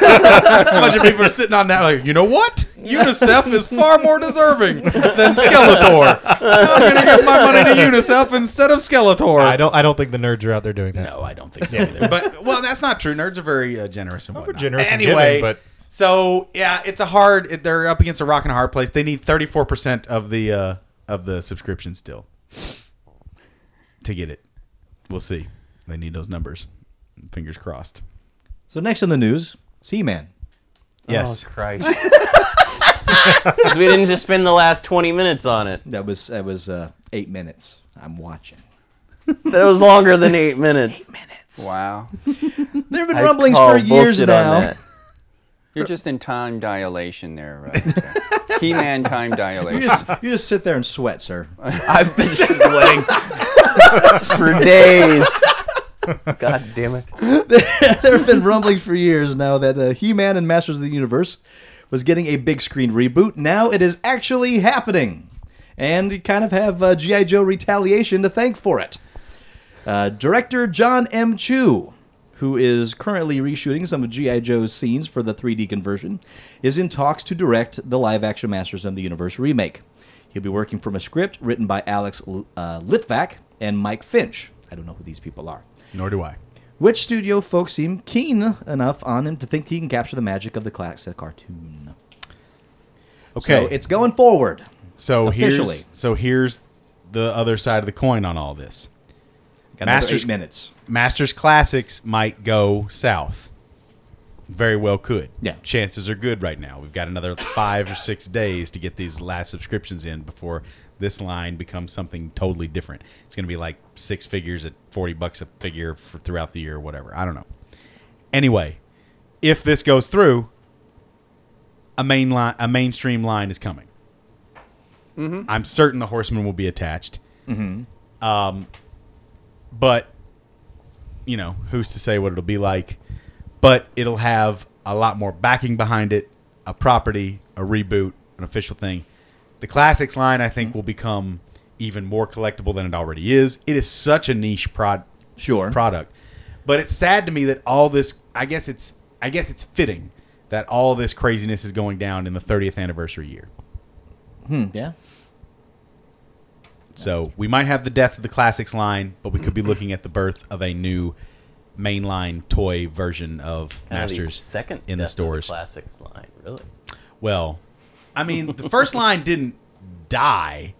bunch of people are sitting on that. Like, you know what? UNICEF is far more deserving than Skeletor. I'm gonna give my money
[LAUGHS]
to UNICEF instead of Skeletor.
I don't. I don't think the nerds are out there doing that.
No, I don't think so either. but [LAUGHS] well, that's not true. Nerds are very uh, generous and whatnot.
generous and
anyway,
giving, but-
so yeah, it's a hard. it- They're up against a rock and a hard place. They need thirty four percent of the uh, of the subscription still to get it. We'll see. They need those numbers. Fingers crossed.
So next in the news, Seaman.
Yes.
Christ. [LAUGHS] 'Cause we didn't just spend the last 20 minutes on it.
That was that was uh, eight minutes. I'm watching.
That was longer than eight minutes.
Wow.
There have been
I
rumblings
call
for years
bullshit
now.
on that.
You're just in time dilation there, right? He man time
[LAUGHS]
dilation.
You just you just sit there and sweat, sir.
I've been sweating [LAUGHS] for days. God damn it.
[LAUGHS] there have been rumblings for years now that uh, He-Man and Masters of the Universe was getting a big screen reboot. Now it is actually happening, and you kind of have uh, GI Joe Retaliation to thank for it. Uh, director John M. Chu, who is currently reshooting some of GI Joe's scenes for the 3D conversion, is in talks to direct the live-action Masters of the Universe remake. He'll be working from a script written by Alex uh, Litvak and Mike Finch. I don't know who these people are
Nor do I.
which studio folks seem keen enough on him to think he can capture the magic of the classic cartoon.
Okay.
So it's going forward.
So
Officially.
here's so here's the other side of the coin on all this.
Got another
Masters-
eight minutes.
Masters Classics might go south. Very well could.
Yeah.
Chances are good right now. We've got another five or six days to get these last subscriptions in before this line becomes something totally different. It's going to be like six figures at 40 bucks a figure for throughout the year or whatever. I don't know. Anyway, if this goes through, a main line, a mainstream line is coming. I'm certain the Horseman will be attached. Um, but you know, who's to say what it'll be like? But it'll have a lot more backing behind it, a property, a reboot, an official thing. The classics line, I think, will become even more collectible than it already is. It is such a niche prod
Sure.
product, but it's sad to me that all this. I guess it's I guess it's fitting that all this craziness is going down in the 30th anniversary year.
yeah.
So we might have the death of the classics line, but we could be looking at the birth of a new mainline toy version of
Probably
Masters
second
in
death
the
of
stores.
classics line, really.
well, I mean, the first line didn't die;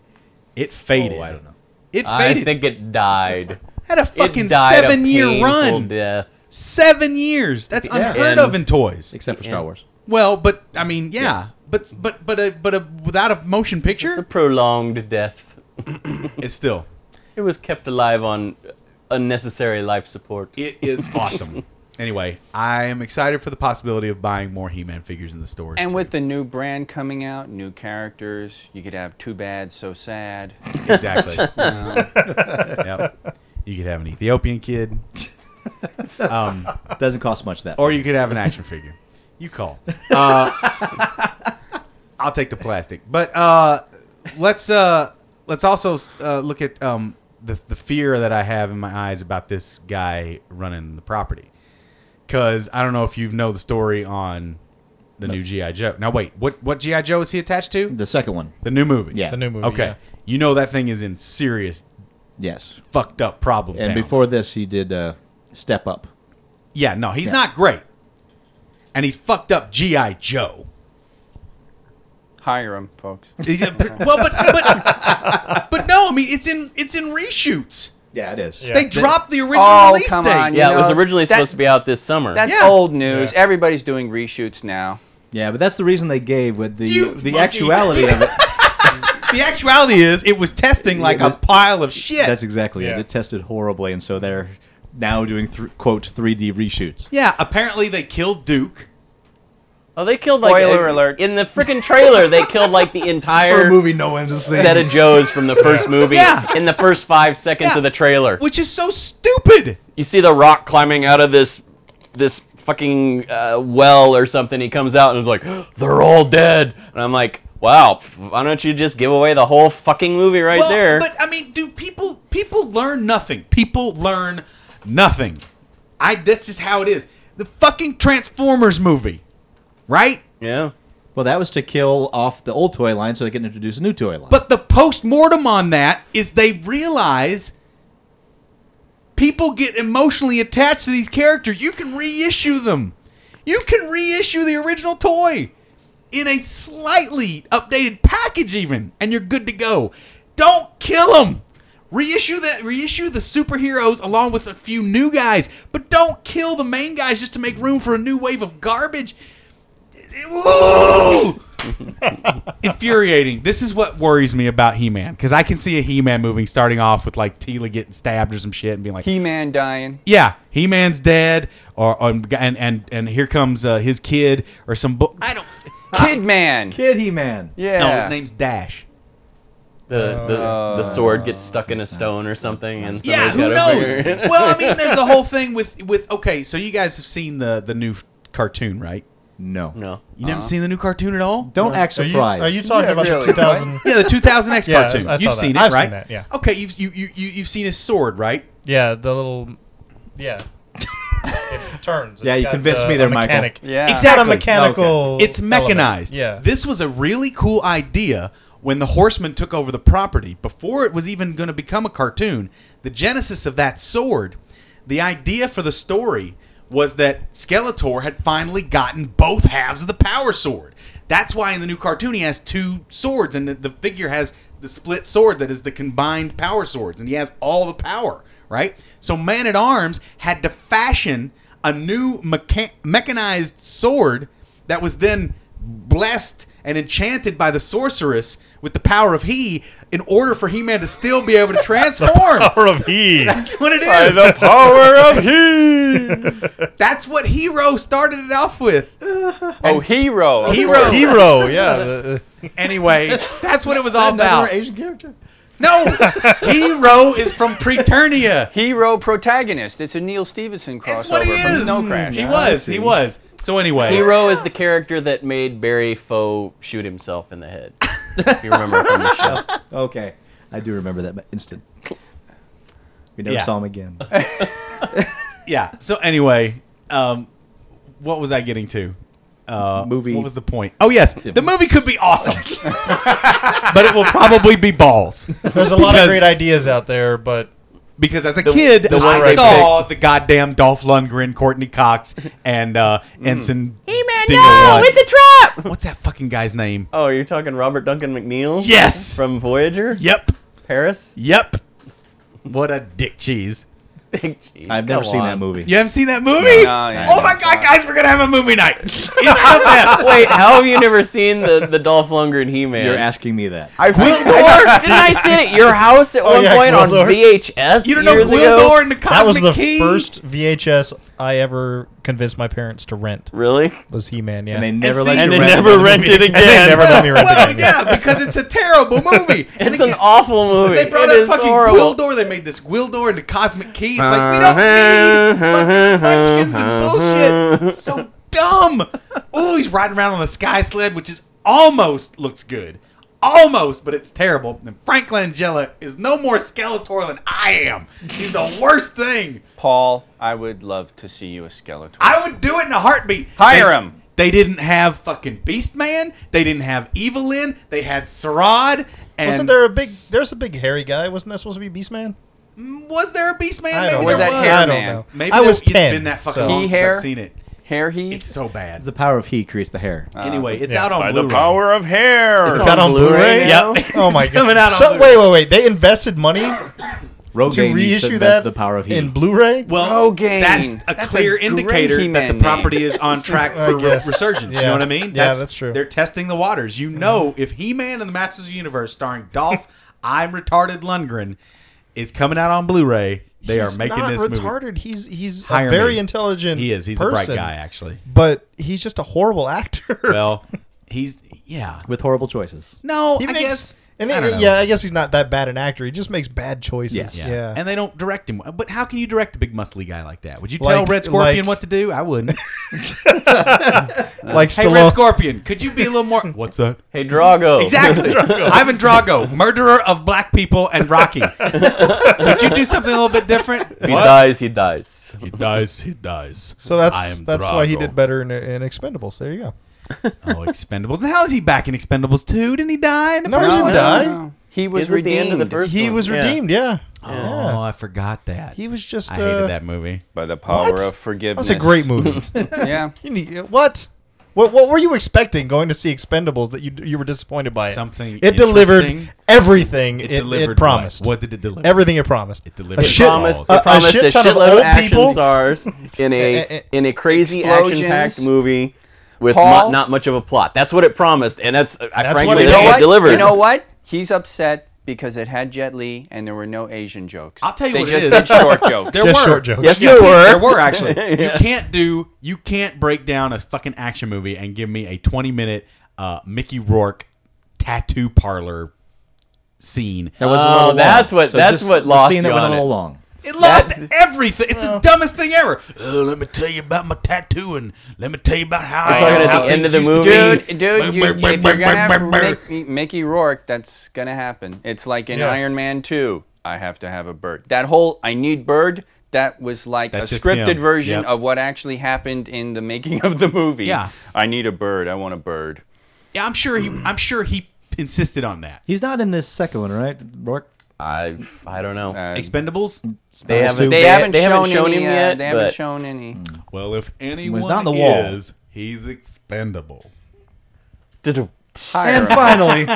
it faded.
I don't know.
It
Oh, I
faded.
think it died.
Had a
it
fucking
died a
seven-year
painful
run.
Death.
Seven years. That's
Yeah.
unheard
And-
of in toys.
Except for Star
[LAUGHS]
Wars.
Well, but I mean, yeah, but but but a, but a, without a motion picture,
A prolonged death.
it's still
It was kept alive on unnecessary life support.
It is
[LAUGHS]
awesome. anyway, I am excited for the possibility of buying more He-Man figures in the stores.
And
too.
with the new brand coming out, new characters, you could have too bad, so sad.
exactly,
[LAUGHS]
Yep. you could have an Ethiopian kid,
Doesn't cost much that.
or you could have an action figure. You
[LAUGHS]
call. Uh, I'll take the plastic. But uh, let's uh, let's also uh, look at um, the the fear that I have in my eyes about this guy running the property. Because I don't know if you know the story on the new GI Joe. Now wait, what what GI Joe is he attached to?
the second one.
The new movie.
Yeah.
The new movie.
Okay.
yeah.
You know that thing is in serious
Yes.
fucked up problem.
And
town.
before this, he did uh, Step Up.
Yeah, no, he's not great. And he's fucked up GI Joe.
Hire him, folks.
He's a- well, but but but no, I mean it's in it's in reshoots.
Yeah, it is.
Yeah.
They dropped the original
Oh,
release
come
date.
on,
yeah, it was
know,
originally
that-
supposed to be out this summer.
That's
Yeah.
old news.
Yeah.
Everybody's doing reshoots now.
Yeah, but that's the reason they gave with the
You
the
monkey.
actuality of it.
[LAUGHS] The actuality is it was testing like a
was-
pile of shit.
That's exactly
Yeah.
it. It tested horribly, and so they're now doing thr quote 3D reshoots.
yeah, apparently they killed Duke.
oh, they killed like
Spoiler
a-
alert.
in the freaking trailer. They killed like the
For a
entire
movie no one's has seen.
set of Joes from the first movie
Yeah.
in the first five seconds
Yeah.
of the trailer.
Which is so stupid.
you see the rock climbing out of this this fucking uh, well or something. He comes out and is like, [GASPS] "They're all dead," and I'm like, "Wow, why don't you just give away the whole fucking movie right
well,
there?"
But I mean, do people people learn nothing? People learn nothing. I that's just how it is. The fucking Transformers movie, right?
yeah,
Well, that was to kill off the old toy line so they can introduce a new toy line.
But the post mortem on that is they realize people get emotionally attached to these characters. You can reissue them. You can reissue the original toy in a slightly updated package, even, and you're good to go. Don't kill them.
Reissue that reissue the superheroes along with a few new guys, but don't kill the main guys just to make room for a new wave of garbage. Ooh!
[LAUGHS] infuriating. This is what worries me about He-Man because I can see a He-Man movie starting off with like Tila getting stabbed or some shit and being like,
He-Man dying.
"Yeah, He-Man's dead," or, or- and and and here comes uh, his kid or some. Bu-
I don't.
Kid Man.
Kid He Man.
Yeah.
no, his name's Dash.
The, the, the sword gets stuck in a stone or something, and
Yeah, who
somebody's gotta
knows?
figure it-
well, I mean, there's the
[LAUGHS]
whole thing with with
Okay, so you guys have seen the the new cartoon, right?
No.
[LAUGHS] no.
You haven't seen the new cartoon at all?
Don't act
Are you,
surprised.
are you talking
Yeah,
about
really,
the 2000?
[LAUGHS] Yeah, the 2000X
Yeah, I-
cartoon.
I saw
you've
that.
seen it,
I've seen
right?
that, yeah.
Okay, you've you, you you you've seen his sword, right?
[LAUGHS] Yeah, the little. Yeah. it turns.
Yeah,
It's
you
got,
convinced
uh,
me there,
a
Michael.
mechanic.
Yeah.
It's not a
Exactly.
mechanical.
Okay.
It's mechanized.
element. Yeah.
This was a really cool idea when the Horsemen took over the property before it was even going to become a cartoon. The genesis of that sword, the idea for the story was that Skeletor had finally gotten both halves of the power sword. That's why in the new cartoon he has two swords and the, the figure has the split sword that is the combined power swords and he has all the power, right? So Man at Arms had to fashion a new mecha- mechanized sword that was then blessed and enchanted by the sorceress with the power of he in order for he-man to still be
[LAUGHS]
able to transform
[LAUGHS] power of he.
that's what it is
power [LAUGHS] of he.
that's what hero started it off
[LAUGHS]
with
oh, Hero.
hero
Hero. Yeah. the-
anyway that's what it was all
Another
about
Asian character.
[LAUGHS]
no hero is from preternia
Hero protagonist. It's a Neil Stevenson crossover
that's what he
from
is
Snow Crash.
he was he was so anyway
Hero is the character that made Barry Foe shoot himself in the head. If you remember from the
[LAUGHS]
show.
Okay, I do remember that instant. We never
Yeah.
saw him again.
yeah so anyway um what was i getting to uh,
Movie.
What was the point? Oh yes, the movie could be awesome, [LAUGHS] but it will probably be balls.
There's a lot of
Because-
great ideas out there, but
because as a kid,
the
I
one I
saw the goddamn Dolph Lundgren, Courtney Cox, and uh, Ensign. Hey man, no, it's a trap. What's that fucking guy's name?
Oh, you're talking Robert Duncan McNeil?
Yes.
From Voyager?
Yep,
[LAUGHS] Paris?
yep. What a dick cheese!
Big G.
I've never
Come
seen that
on.
movie.
You haven't seen that movie?
No, yeah,
oh
yeah.
my god, guys, we're gonna have a movie night. It's the
[LAUGHS]
best.
Wait, how have you never seen the, the Dolph Lundgren He Man?
You're asking me that.
I Will Dorr, didn't I sit at your house at one
yeah,
point on
Gwildor.
VHS?
You don't know
years
Will
ago?
Dorr and the Cosmic
that was the
Key?
first VHS I ever convinced my parents to rent.
Really?
Was He Man? Yeah.
And they never
see-
let
And
you
they
rent
never
it.
rented again. And they never let me rent
well,
again.
yeah, because it's a terrible
[LAUGHS]
movie. And
It's
again,
an awful movie.
they brought
It
up
is
fucking
horrible.
Gwildor. They made this Gwildor into Cosmic Key. It's like we don't
Uh-huh,
need fucking munchkins and bullshit. It's so dumb. Oh, he's riding around on the sky sled, which is almost looks good, almost, but it's terrible. And Frank Langella is no more Skeletor than I am. He's the worst thing.
Paul, I would love to see you a Skeletor.
I would do it in a heartbeat.
Hire
They-
him.
They didn't have fucking Beastman. They didn't have Evelyn. They had Sarad. And
Wasn't there a big? There's a big hairy guy. Wasn't that supposed to be Beast Man?
Was there a Beastman?
I
Maybe there
Was
don't know.
that
was.
hair
I don't
man?
know.
Maybe
I
there-
was
it's
10,
been that fucking
so-
long since
He-hair?
I've seen it.
Hair he.
It's so bad.
The power of he creates the hair.
anyway,
Oh,
it's
yeah,
out on
By
Blu-ray.
the power of hair.
It's out on
Blu-ray
Blu-ray.
now?
Yep. Oh my
It's coming
god.
out on
so,
Blu-ray.
wait, wait, wait. They invested money
Rogaine
to
used
reissue
invest
that
the power of he.
in Blu-ray.
Well,
Rogaine.
that's a
That's a
clear
great
indicator that the
He-Man
property
name.
is on track
[LAUGHS] I
for re-
guess.
resurgence. You
Yeah.
know what I mean?
Yeah, that's true. Mm-hmm.
They're testing the waters. You know, if He-Man and the Masters of the Universe, starring
[LAUGHS]
Dolph, I'm retarded Lundgren, is coming out on Blu-ray, they
He's
are making
not
this
retarded. He's he's
Hire
a very
me.
intelligent.
movie. He is. He's a
person,
bright guy,
[LAUGHS]
actually.
but he's just a horrible [LAUGHS] actor.
Well, he's yeah.
with horrible choices.
No,
he
I
makes,
guess.
And
I
then-
don't know.
yeah, I guess he's not that bad an actor. He just makes bad choices.
Yes.
Yeah.
And they don't direct him. But how can you direct a big muscly guy like that? Would you
Like-
tell Red Scorpion
like-
what to do? I
[LAUGHS]
wouldn't.
like
uh, hey,
Stallone.
Red Scorpion, could you be a
[LAUGHS]
little more? What's that?
Hey, [LAUGHS] Drago.
Exactly. Ivan Drago, murderer of black people and Rocky.
[LAUGHS]
could you do something a little bit different?
If he dies, he dies.
He dies, he dies.
so that's that's why he did
better.
better in, in Expendables. There you go.
Oh, Expendables. And how is he back in Expendables 2? Didn't he die in the
No,
first
he
one?
didn't die.
He was
Isn't it the end of the
redeemed
first
He
one?
was
Yeah.
redeemed. Yeah.
Oh, I forgot that.
He was just.
I
uh,
hated that movie.
by the power
What?
of forgiveness.
[LAUGHS] That's a great movie.
Yeah.
you need, uh, what? What, what were you expecting going to see Expendables that you you were disappointed by? It?
Something
It delivered
interesting.
everything it, it
delivered
promised.
What? What did it deliver?
Everything it promised.
It delivered
A shit,
balls.
a,
They
a shit ton of
shitload
old
action
people.
stars in
eh, eh,
a in a crazy
explosions.
action-packed movie with
Paul?
mu- not much of a plot. That's what it promised, and that's, uh, I
That's
frankly
what it
that's what
did. You know
it
what?
delivered.
You know what? He's upset because it had Jet Li and there were no Asian jokes.
I'll tell you
they
what it
just
is.
did short jokes.
There
Just
were
short jokes.
Yes,
Yeah,
there were.
There were actually. You
Yeah.
can't do. You can't break down a fucking action movie and give me a twenty-minute uh, Mickey Rourke tattoo parlor scene.
That was a
Oh,
little long.
that's what-
So
that's
just
what
the
lost
scene
you
that went
on
a
it.
little long.
It lost
That's-
everything. It's the dumbest thing ever.
Oh, let me tell you about my tattoo and let me tell you about how I
talking at
how
the end
things
of the
used to
movie.
be.
Dude, dude, you,
Brr, brr,
if you're
brr,
gonna have
brr, brr.
Mickey, Mickey Rourke, that's gonna happen. It's like in
Yeah.
Iron Man 2. I have to have a bird. That whole I need bird. That was like
That's
a
just
scripted
him.
version
Yep.
of what actually happened in the making of the movie.
Yeah.
I need a bird. I want a bird.
Yeah, I'm sure he. I'm sure he insisted on that.
He's not in this second one, right? Rourke.
I I don't know.
Uh,
Expendables.
they haven't
too.
they,
they,
haven't
they
shown,
haven't shown
any,
him
uh,
yet.
They haven't
but Mm.
shown any.
Well, if anyone
was not the wall.
is, he's expendable.
And [LAUGHS] finally,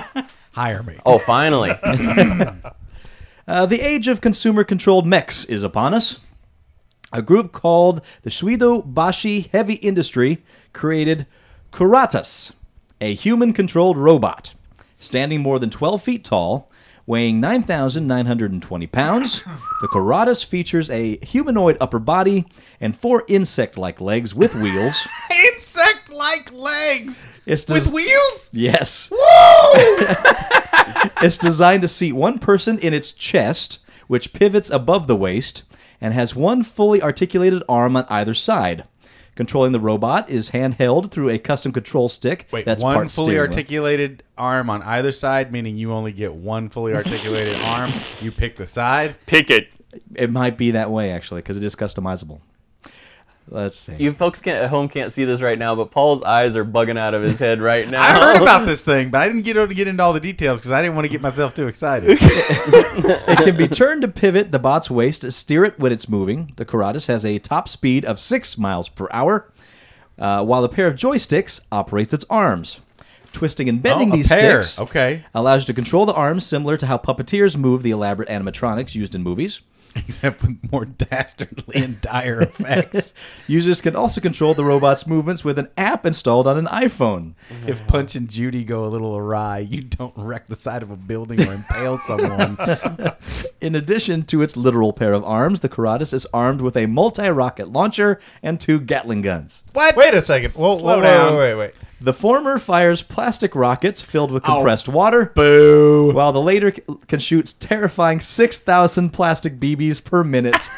Hire me.
oh,
[LAUGHS]
finally.
uh, the age of consumer-controlled mechs is upon us. A group called the Shuido Bashi Heavy Industry created Kuratas, a human-controlled robot, standing more than 12 feet tall, weighing 9,920 pounds. The Kuratas features a humanoid upper body and four insect-like legs with wheels.
Insect like legs
It's
with
des-
wheels.
Yes. [LAUGHS] it's designed to seat one person in its chest, which pivots above the waist, and has one fully articulated arm on either side. Controlling the robot is handheld through a custom control stick.
Wait,
that's
one
part
fully
steering wheel.
articulated arm on either side, meaning you only get one fully articulated arm. You pick the side.
Pick it.
It might be that way actually, because it is customizable. Let's see.
you folks can't, at home can't see this right now, but Paul's eyes are bugging out of his head [LAUGHS] right now.
I heard about this thing, but I didn't get to get into all the details because I didn't want to get myself too excited.
it can be turned to pivot the bot's waist to steer it when it's moving. The Karatas has a top speed of six miles per hour, uh, while the pair of joysticks operates its arms. Twisting and bending
Oh, a
these
pair.
sticks
Okay.
allows you to control the arms similar to how puppeteers move the elaborate animatronics used in movies.
Except with more [LAUGHS] dastardly and dire [LAUGHS] effects.
Users can also control the robot's movements with an app installed on an iPhone.
if Punch and Judy go a little awry, you don't wreck the side of a building or impale someone.
In addition to its literal pair of arms, the Karatas is armed with a multi-rocket launcher and two Gatling guns.
Wait a second. Whoa,
Slow
whoa,
down.
whoa, wait, wait, wait.
The former fires plastic rockets filled with compressed water,
Boo.
while the later c- can shoot terrifying 6,000 plastic BBs per minute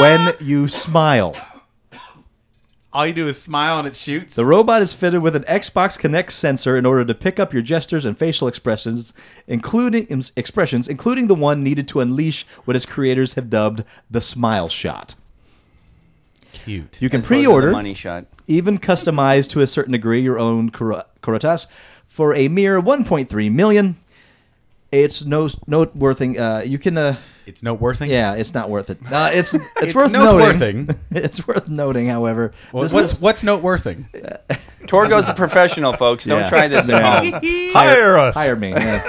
when you smile.
[LAUGHS] All you do is smile and it shoots.
The robot is fitted with an Xbox Connect sensor in order to pick up your gestures and facial expressions, including im- expressions, including the one needed to unleash what its creators have dubbed the smile shot.
Cute.
You can
Those are the
pre-order
money shot.
even customize to a certain degree your own Kara- Karatas for a mere 1.3 million. It's no noteworthy. Uh, you can, uh,
It's no worth it.
yeah, it's not worth it. Uh, it's
[LAUGHS]
it's, worth
noteworthy.
noting.
[LAUGHS]
it's worth noting, however.
Well,
this
what's
list-
what's noteworthy?
[LAUGHS]
Torgo's a professional, folks. Don't
Yeah.
try this at home.
Hire us.
hire me? yeah.
[LAUGHS]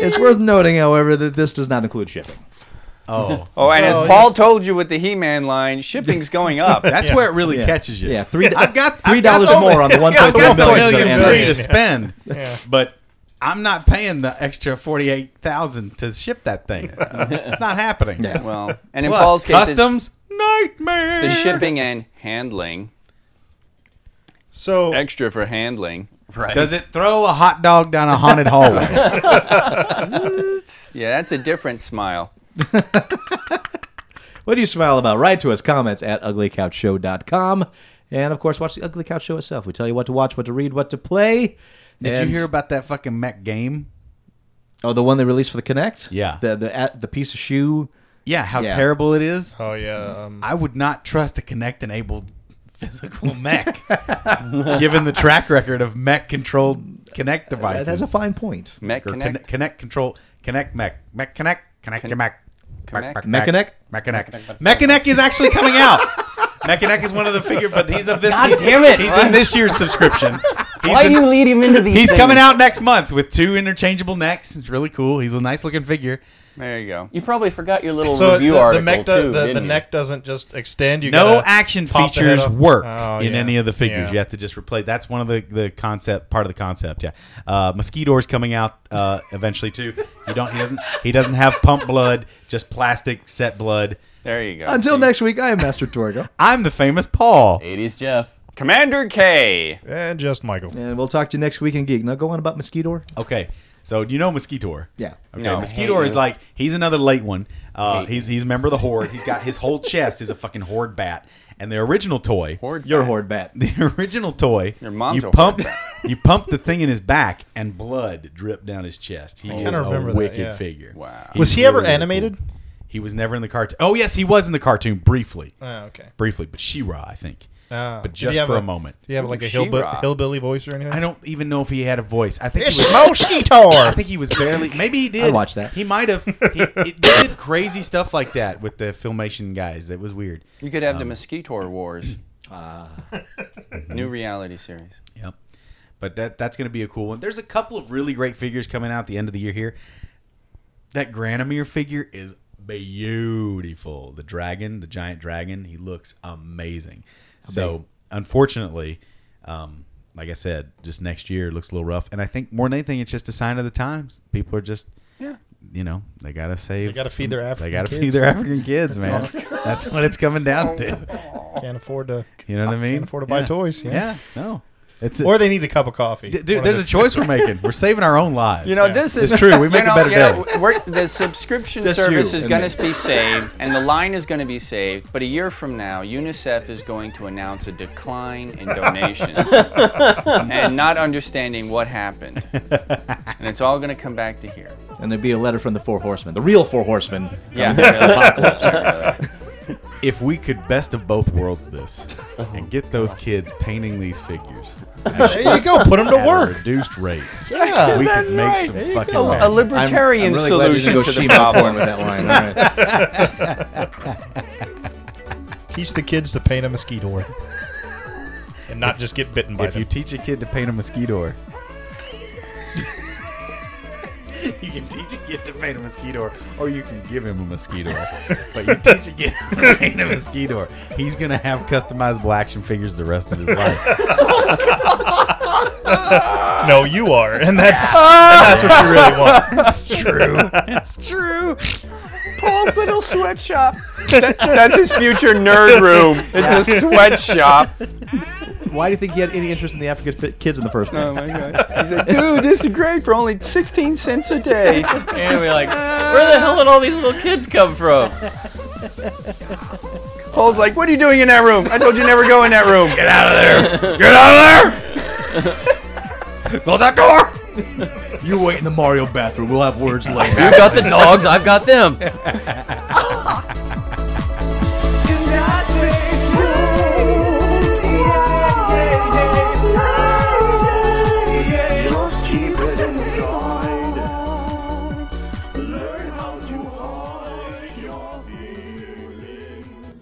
it's worth noting, however, that this does not include shipping.
Oh,
Oh, and as
Oh,
Paul told you with the He-Man line, shipping's going up.
that's where it really catches you.
Yeah, three.
[LAUGHS] I've got
three
I've got
dollars
the-
more on the one
I've
point
got
three
the
million.
million
that
three to
animation.
[LAUGHS] spend, but I'm not paying the extra forty eight thousand to ship
[LAUGHS]
that thing. it's not happening.
Yeah.
Well, and in
Plus,
Paul's case, it's
customs nightmare. [LAUGHS]
the shipping and handling,
So
extra for handling.
Right.
Does it throw a hot dog down a haunted hallway?
Yeah, that's a different smile.
What do you smile about? Write to us comments at uglycouchshow.com. And of course, watch the Ugly Couch Show itself. We tell you what to watch, what to read, what to play.
Did you
And-
hear about that fucking mech game?
Oh, the one they released for the Connect?
Yeah.
The the at the piece of shoe.
Yeah, how
Yeah.
terrible it is.
Oh yeah. Um,
I would not trust a connect enabled physical mech, given the track record of mech controlled connect
That-
devices.
That's a fine point.
Met
Or
Connect.
connect, connect control, connect mech, mech connect, connect your mech.
Connect.
Mech Connect?
Mech Connect. Mech Connect is actually coming out. Mechanek is one of the figure, but he's of this.
God
he's,
damn it.
He's in this year's subscription. He's
Why
the-
do you lead him into these?
He's
things?
coming out next month with two interchangeable necks. It's really cool. He's a nice looking figure.
There you go.
You probably forgot your little
So
review
the, the,
article
mech
too.
do- the- the
didn't you?
neck doesn't just extend. You
No
gotta
action
pop the head
features
up.
work
Oh,
in
yeah.
any of the figures.
Yeah.
You have to just replay. That's one of the, the concept part of the concept. Yeah, uh, Mosquito's coming out uh, eventually too. He don't. He doesn't. He doesn't have pump blood. Just plastic set blood.
There you go.
Until next week, I am Master Torgo, [LAUGHS]
I'm the famous Paul.
80s Jeff.
Commander K.
and Eh, just Michael.
and we'll talk to you next week in Geek. Now go on about Mosquito.
Okay, so you know Mosquito.
Yeah.
Okay,
No,
Mosquito
hate
is
you.
like he's another late one. Uh, he's he's a member of the horde. He's got his whole chest is a fucking horde bat, and the original toy
Your horde bat.
the [LAUGHS] original toy.
Your mom's
you
a
pumped,
hornet. [LAUGHS]
you pumped the thing in his back, and blood dripped down his chest. He is
kinda
a
remember that,
wicked
yeah.
figure.
Wow.
Was
He's
he ever
really, really
animated?
cool. He was never in the cartoon. Oh yes, he was in the cartoon briefly,
Oh, okay.
briefly, but She-Ra, I think,
Ah.
but
Did
just
he have
for a, moment.
Did he have like a
She-Ra.
hillb- hillbilly voice or anything?
I don't even know if he had a voice. I think
It's
he was,
mosquito.
[LAUGHS]
[LAUGHS]
I think he was barely. Maybe he did.
I watched that.
He might have. He, he- they did crazy stuff like that with the filmation guys. That was weird.
You could have
Um.
the Mosquito Wars. New reality series.
Yep. But that that's going to be a cool one. There's a couple of really great figures coming out at the end of the year here. That Granomir figure is beautiful. The dragon, the giant dragon, he looks amazing. so, unfortunately, um, like I said, just next year it looks a little rough. And I think more than anything, it's just a sign of the times. People are just,
Yeah.
you know, they gotta save.
They gotta feed their
They
African
gotta
kids.
feed their African kids, man. That's what it's coming down to.
Can't afford to.
[LAUGHS] You know what I mean?
afford to buy toys, yeah.
No. It's
[LAUGHS] Or they need a cup of coffee.
D- Dude, there's
[LAUGHS]
a choice [LAUGHS] we're making. We're saving our own lives.
You know, this is
It's true. We [LAUGHS]
[LAUGHS] you
make a
know-
better
you know,
day.
we're- the subscription
Just
service
you
is
and
going
me.
to be saved, and the line is going to be saved. But a year from now, UNICEF is going to announce a decline in donations, and not understanding what happened, and it's all going to come back to here.
And there'd be a letter from the Four Horsemen, the real Four Horsemen.
Yeah. really.
If we could best of both worlds this and get those kids painting these figures. There
you go,
[LAUGHS]
put 'em to
at
work.
A reduced [LAUGHS] rate.
Yeah,
we could make some fucking
a
money.
[LAUGHS]
libertarian
I'm really
solution
glad you
to
didn't
[LAUGHS]
the
go
problem.
popcorn with that line. All right.
Teach the kids to paint a mosquito.
[LAUGHS]
And not just get bitten by
If you teach a kid to paint a mosquito, [LAUGHS] you can teach a kid to paint a mosquito, or you can give him a mosquito. [LAUGHS] but you teach a kid [LAUGHS] to paint a mosquito, he's gonna have customizable action figures the rest of his life.
no, you are,
[LAUGHS]
and that's and that's what you really want.
true. [LAUGHS] it's true.
Paul's
[LAUGHS]
little sweatshop. that's his future nerd room. It's a sweatshop.
[LAUGHS] Why do you think he had any interest in the African fi- kids in the first place?
my god. He's like, dude, this is great for only 16 cents a day.
[LAUGHS] And we're like, where the hell did all these little kids come from?
Paul's like, what are you doing in that room? I told you never go in that room. Get out.
You wait in the Mario bathroom. We'll have
[LAUGHS]
words later.
You've got the dogs, I've got them.
Just keep it inside. Learn how to hide your feelings.